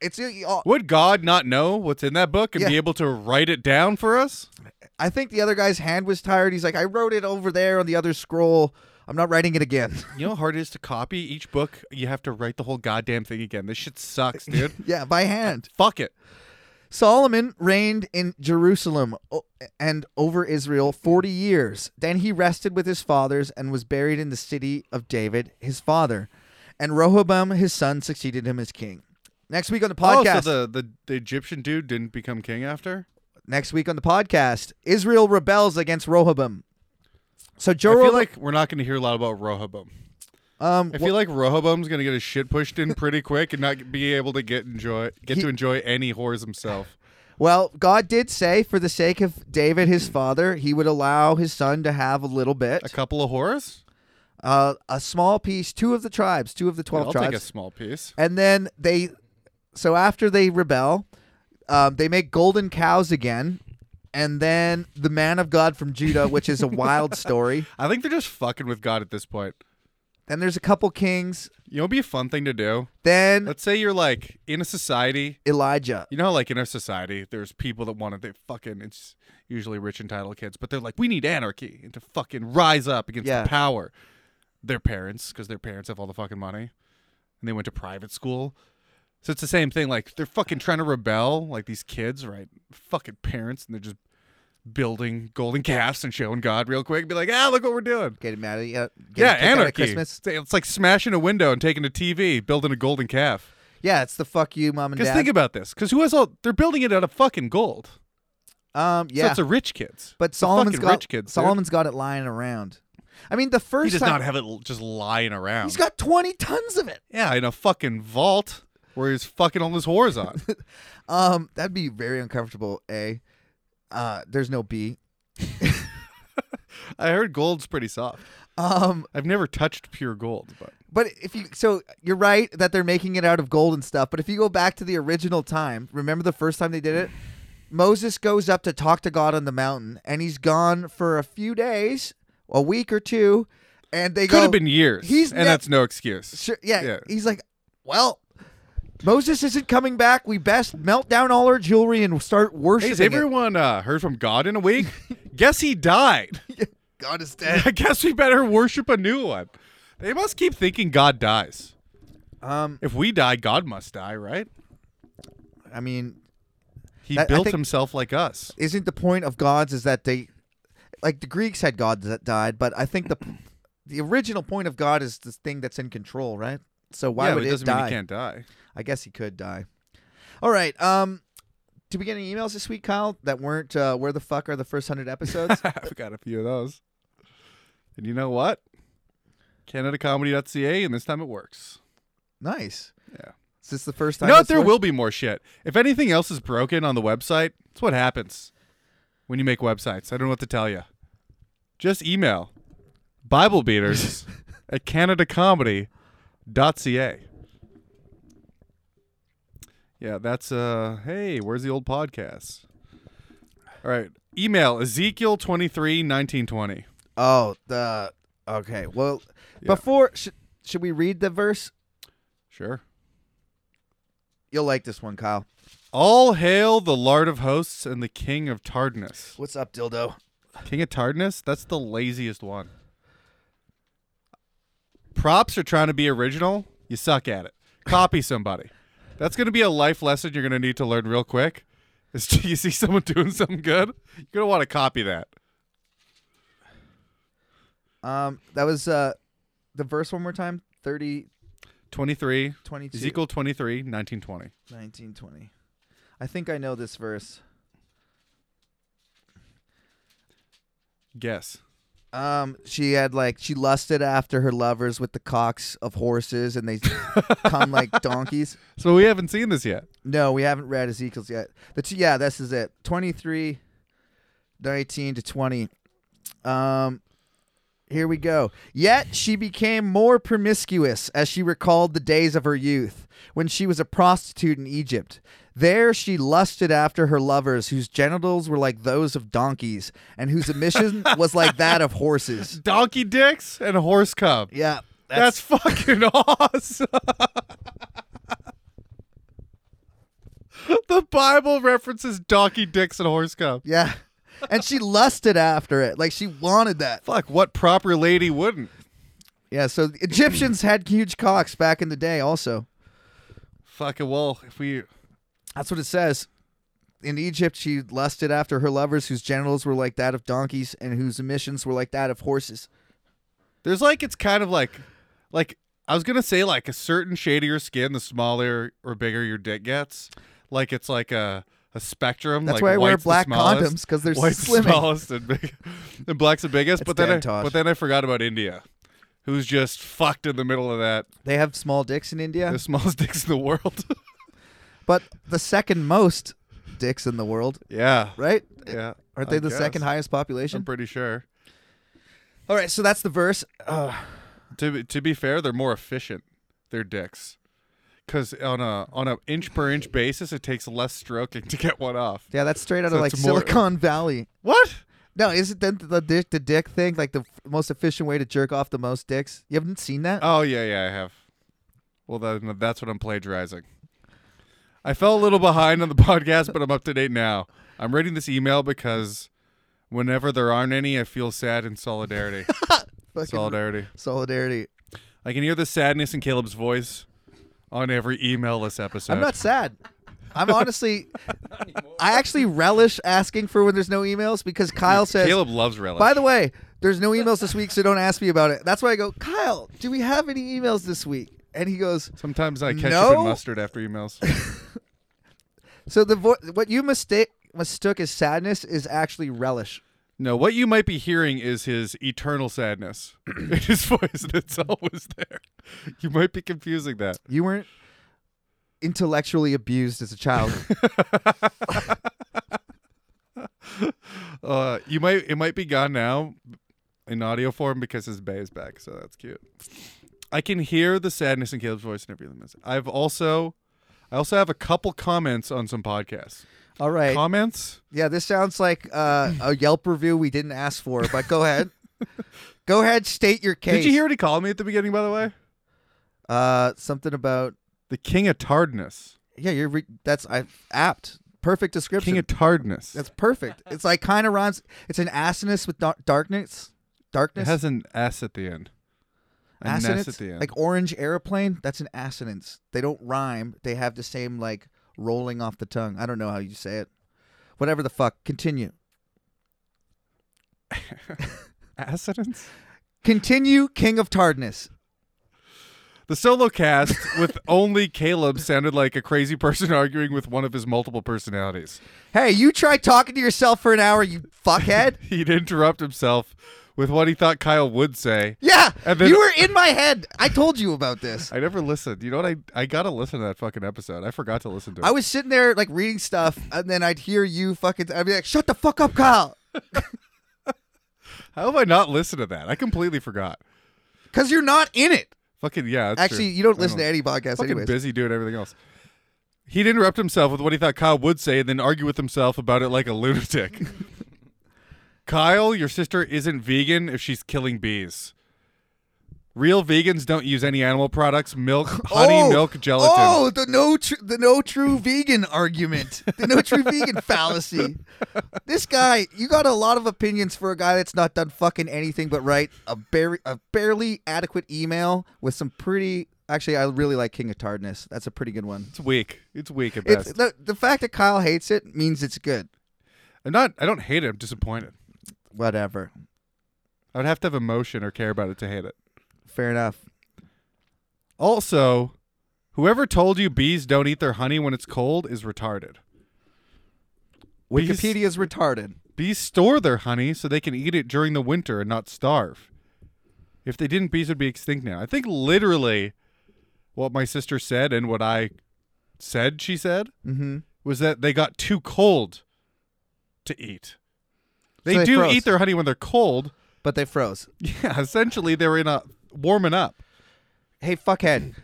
It's uh,
Would God not know what's in that book and
Yeah.
be able to write it down for us?
I think the other guy's hand was tired. He's like, I wrote it over there on the other scroll. I'm not writing it again.
You know how hard it is to copy each book? You have to write the whole goddamn thing again. This shit sucks, dude.
yeah, by hand.
Fuck it.
Solomon reigned in Jerusalem o- and over Israel 40 years. Then he rested with his fathers and was buried in the city of David, his father. And Rehoboam, his son, succeeded him as king. Next week on the podcast,
Oh, so the, the the Egyptian dude didn't become king after?
next week on the podcast, Israel rebels against Rehoboam. So
I
Jeroboam,
feel like we're not going to hear a lot about Rehoboam.
um,
I feel like Rehoboam's going to get his shit pushed in pretty quick and not be able to get enjoy get to
He-
enjoy any whores himself.
Well, God did say, for the sake of David, his father, he would allow his son to have a little bit,
A couple of whores?
uh, a small piece, two of the tribes, two of the
Yeah,
12
I'll take a
tribes.
small piece.
and then they, so after they rebel, um, they make golden cows again. And then the man of God from Judah, which is a wild story.
I think they're just fucking with God at this point.
Then there's a couple kings.
You know, it'd be a fun thing to do.
Then
Let's say you're like in a society.
Elijah.
You know, how, like in our society, there's people that want to. They fucking it's usually rich entitled kids, but they're like, we need anarchy and to fucking rise up against
Yeah.
the power. Their parents, because their parents have all the fucking money, and they went to private school. So it's the same thing. Like they're fucking trying to rebel, like these kids, right? Fucking parents, and they're just building golden calves and showing God real quick. Be like, ah, look what we're doing.
Getting mad at you. Getting
Yeah,
kicked out at
anarchy.
Christmas.
It's- It's like smashing a window and taking a TV, building a golden calf.
Yeah, it's the fuck you, mom and
Because
dad.
think about this. Because who has all? They're building it out of fucking gold.
um,
So
yeah.
it's the rich kids.
But
The
Solomon's
fucking
got
rich kids. dude.
Solomon's got it lying around. I mean, the first
He does
time
not have it l- just lying around.
he's got twenty tons of it.
yeah, in a fucking vault where he's fucking all his whores on.
Um, that'd be very uncomfortable. A, uh, there's no B.
I heard gold's pretty soft.
Um,
I've never touched pure gold, but
but if you so you're right that they're making it out of gold and stuff. But if you go back to the original time, remember the first time they did it. Moses goes up to talk to God on the mountain, and he's gone for a few days, a week or two, and they
could
go.
have been years.
he's
and
nev-
that's no excuse.
Sure, yeah,
Yeah.
He's like, well, Moses isn't coming back. We best melt down all our jewelry and start
Hey, has
worshiping. it."
everyone uh, heard from God in a week? Guess he died.
God is dead.
I guess we better worship a new one. They must keep thinking God dies.
Um,
If we die, God must die, right?
I mean,
He
That- I
built
think-
himself like us.
isn't the point of gods is that they, like the Greeks had gods that died, but I think the the original point of God is this thing that's in control, right? So why
yeah,
would
but it doesn't
die?
mean he can't die.
I guess he could die. All right. Um, did we get any emails this week, Kyle? That weren't uh, where the fuck are the first hundred episodes?
I've got a few of those. And you know what? CanadaComedy.ca, and this time it works.
nice.
Yeah.
Is this the first time?
No,
it's
there
worked?
will be more shit. If anything else is broken on the website, that's what happens when you make websites. I don't know what to tell you. Just email BibleBeaters at CanadaComedy.ca. Yeah, that's uh hey, where's the old podcast? All right. Email Ezekiel 23 1920.
Oh, the okay. Well,
Yeah.
before sh- should we read the verse?
Sure.
You'll like this one, Kyle.
All hail the Lord of Hosts and the King of Tardness.
What's up, dildo?
King of Tardness? That's the laziest one. Props are trying to be original. You suck at it. Copy somebody. That's going to be a life lesson you're going to need to learn real quick. Is do you see someone doing something good, you're going to want to copy that.
Um, that was uh, the verse one more time. 30,
23,
22,
Ezekiel 23, 1920.
19, 20. I think I know this verse.
Guess.
Um, she had like she lusted after her lovers with the cocks of horses, and they come like donkeys.
So we haven't seen this yet.
No, we haven't read Ezekiel's yet. The two, yeah, this is it. 23, 19 to 20. Um, here we go. Yet she became more promiscuous as she recalled the days of her youth when she was a prostitute in Egypt. There she lusted after her lovers whose genitals were like those of donkeys and whose emission was like that of horses.
Donkey dicks and a horse cub.
Yeah.
That's, fucking awesome. the Bible references donkey dicks and horse cum.
yeah. And she lusted after it. Like she wanted that.
Fuck, what proper lady wouldn't?
Yeah, so the Egyptians had huge cocks back in the day also.
Fucking well, if we
That's what it says. in Egypt, she lusted after her lovers whose genitals were like that of donkeys and whose emissions were like that of horses.
There's like it's kind of like like I was gonna say like a certain shade of your skin, the smaller or bigger your dick gets. Like it's like a a spectrum.
That's
like
why I wear
white's the
black
smallest,
condoms, 'cause they're
white's the
slimming.
smallest and, big, and black's the biggest.
It's
but then I,
Dantosh.
but then I forgot about India, who's just fucked in the middle of that
They have small dicks in India,
the smallest dicks in the world.
but the second most dicks in the world,
yeah,
right?
yeah.
Aren't they
I
the
guess.
second highest population?
I'm pretty sure.
All right, so that's the verse. Uh,
To be- to be fair, they're more efficient. Their dicks. Because on a on a inch per inch basis, it takes less stroking to get one off.
yeah, that's straight out
So
of like
it's more-
Silicon Valley.
What?
No, isn't that the dick the dick thing like the f- most efficient way to jerk off the most dicks? You haven't seen that?
Oh yeah, yeah, I have. Well, then that's what I'm plagiarizing. I fell a little behind on the podcast, but I'm up to date now. I'm reading this email because whenever there aren't any, I feel sad in solidarity.
Fucking
solidarity.
Solidarity.
I can hear the sadness in Caleb's voice on every email this episode.
I'm not sad. I'm honestly, I actually relish asking for when there's no emails because Kyle says,
Caleb loves relish.
by the way, there's no emails this week, so don't ask me about it. That's why I go, Kyle, do we have any emails this week? And he goes,
sometimes I ketchup
No.
and mustard after emails.
so the vo- what you mistake mistook as sadness is actually relish.
no, what you might be hearing is his eternal sadness in his voice that's always there. You might be confusing that.
You weren't intellectually abused as a child.
Uh, you might it might be gone now in audio form because his bay is back, so that's cute. I can hear the sadness in Caleb's voice and everything. else. I've also, I also have a couple comments on some podcasts.
All right.
Comments?
Yeah, this sounds like uh, a Yelp review we didn't ask for, but go ahead. go ahead, state your case.
Did you hear what he called me at the beginning? By the way,
Uh, something about
the king of tardness.
yeah, you're re- that's I apt, perfect description.
King of tardness.
that's perfect. It's like kind of rhymes. It's an assonance with dar- darkness.
it
Darkness.
has an s at the end. An s
assonance.
at the end.
Like orange airplane. That's an assonance. They don't rhyme. They have the same like rolling off the tongue. I don't know how you say it. Whatever the fuck. Continue.
assonance.
Continue. King of tardness.
The solo cast with only Caleb sounded like a crazy person arguing with one of his multiple personalities.
Hey, you try talking to yourself for an hour, you fuckhead.
he'd interrupt himself with what he thought Kyle would say.
Yeah,
And then-
you were in my head. I told you about this.
I never listened. You know what? I, I got to listen to that fucking episode. I forgot to listen to it.
I was sitting there like reading stuff, and then I'd hear you fucking. I'd be like, "Shut the fuck up, Kyle,"
How have I not listened to that? I completely forgot.
because you're not in it.
Fucking, yeah. that's
Actually,
true.
you don't
I
listen to any podcast,
Fucking
anyways.
busy doing everything else. He'd interrupt himself with what he thought Kyle would say and then argue with himself about it like a lunatic. Kyle, your sister isn't vegan if she's killing bees. Real vegans don't use any animal products, milk, honey,
Oh,
milk, gelatin.
Oh, the no, tr- the no true vegan argument, the no true vegan fallacy. This guy, you got a lot of opinions for a guy that's not done fucking anything but write a bar- a barely adequate email with some pretty. Actually, I really like King of Tardness. That's a pretty good one.
It's weak. It's weak at best.
It's, the, the fact that Kyle hates it means it's good.
I'm not. I don't hate it. I'm disappointed.
Whatever.
I would have to have emotion or care about it to hate it.
Fair enough.
Also, whoever told you bees don't eat their honey when it's cold is retarded. Bees-
Wikipedia's retarded.
Bees store their honey so they can eat it during the winter and not starve. If they didn't, bees would be extinct now. I think literally what my sister said and what I said she said
Mm-hmm.
was that they got too cold to eat. They,
they
do
froze.
eat their honey when they're cold.
But they froze.
Yeah, essentially they're in a warming up.
Hey, fuckhead.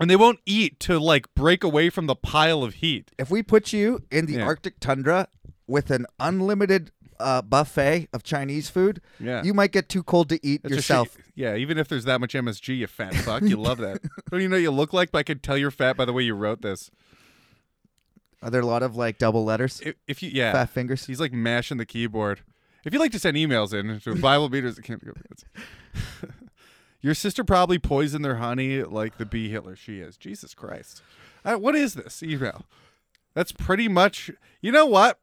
and they won't eat to like break away from the pile of heat.
If we put you in the
Yeah.
Arctic tundra with an unlimited uh, buffet of Chinese food,
Yeah.
you might get too cold to eat
That's a
yourself.
shit- yeah, even if there's that much MSG, you fat fuck, you love that. I don't even know what you look like, but I could tell you're fat by the way you wrote this.
Are there a lot of like double letters?
If, if you, yeah,
Fat fingers.
he's like mashing the keyboard. If you'd like to send emails in to BibleBeaters, your sister probably poisoned their honey like the bee Hitler she is. Jesus Christ, uh, what is this email? That's pretty much. You know what?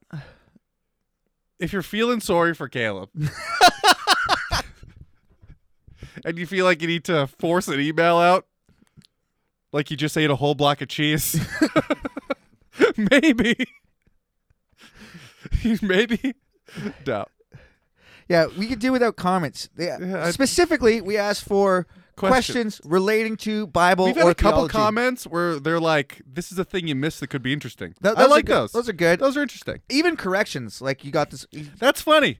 If you're feeling sorry for Caleb, and you feel like you need to force an email out, like you just ate a whole block of cheese, maybe, maybe, no.
Yeah, we could do without comments. Yeah.
Yeah, I-
Specifically, we asked for
Questions.
questions relating to Bible
We've
or
had a couple
theology.
comments where they're like, "This is a thing you missed that could be interesting."
Th-
I
are
like
good-
those.
Those are good.
Those are interesting.
Even corrections, like you got this,
That's funny.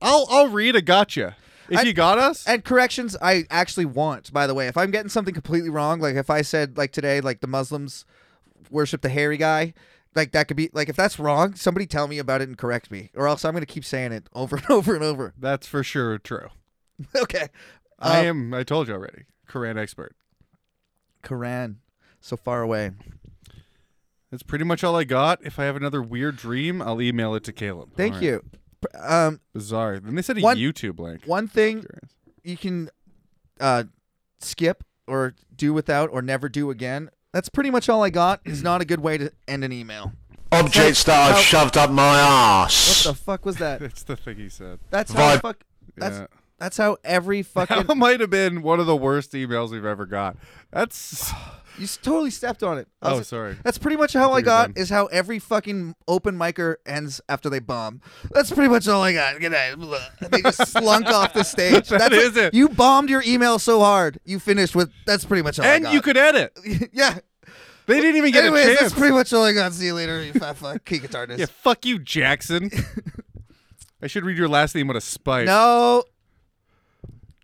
I'll I'll read a gotcha if
I-
you got us.
and corrections I actually want. By the way, if I'm getting something completely wrong, like if I said like today, like the Muslims worship the hairy guy, like that could be like if that's wrong, somebody tell me about it and correct me, or else I'm gonna keep saying it over and over and over.
That's for sure true.
okay,
I
Um,
am. I told you already. Quran expert.
Quran, so far away.
That's pretty much all I got. If I have another weird dream, I'll email it to Caleb.
Thank
All right.
you. P- Um,
Bizarre. Then they said a
One-
YouTube link.
one thing
Curious.
you can uh, skip or do without or never do again. That's pretty much all I got. Is not a good way to end an email.
Objects that I've shoved up my
What
ass.
the fuck was that?
That's the thing he said.
That's how I
Vibe.
fuck. That's
Yeah.
that's how every fucking
That might have been one of the worst emails we've ever got. That's.
you s- totally stepped on it. I
Oh,
was-
sorry.
That's pretty much how I,
you're
got.
done.
Is how every fucking open micer ends after they bomb. That's pretty much all I got. Good night. Blah. They just slunk off the stage.
That
that's
is it.
You bombed your email so hard, you finished with. That's pretty much all. I
And
got.
you could edit.
yeah.
They didn't even get
Anyways,
a
that's
chance.
pretty much all I got. See you later, you fat fuck. King of Tartus.
Yeah, fuck you, Jackson. I should read your last name with a spike.
No.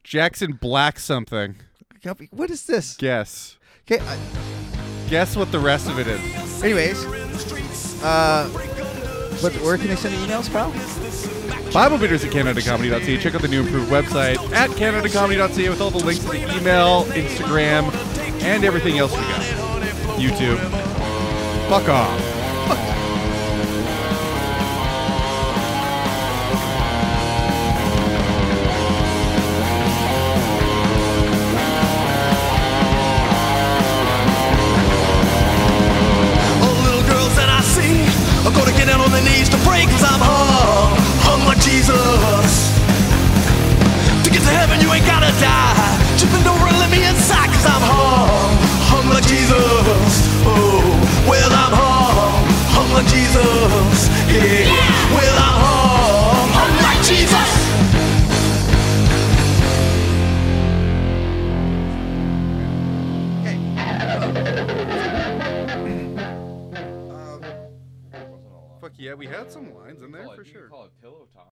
Jackson Black something.
Can't be- What is this?
Guess.
Okay. I-
Guess what the rest of it is.
Anyways, uh, but where can they send emails, pal?
Bible beaters at CanadaComedy.ca. Check out the new improved website at CanadaComedy.ca with all the links to the email, Instagram, and everything else we got. YouTube. Fuck off.
All the little girls that I see are gonna get down on their knees to pray cause I'm hung, hung like Jesus. To get to heaven, you ain't gotta die. Just bend over and let me inside cause I'm hung, hung like Jesus. Oh, well, I'm hung, hung like Jesus. Yeah, well, I'm hung, hung like Jesus.
Fuck yeah, we had some lines in there for sure.
call it pillow talk.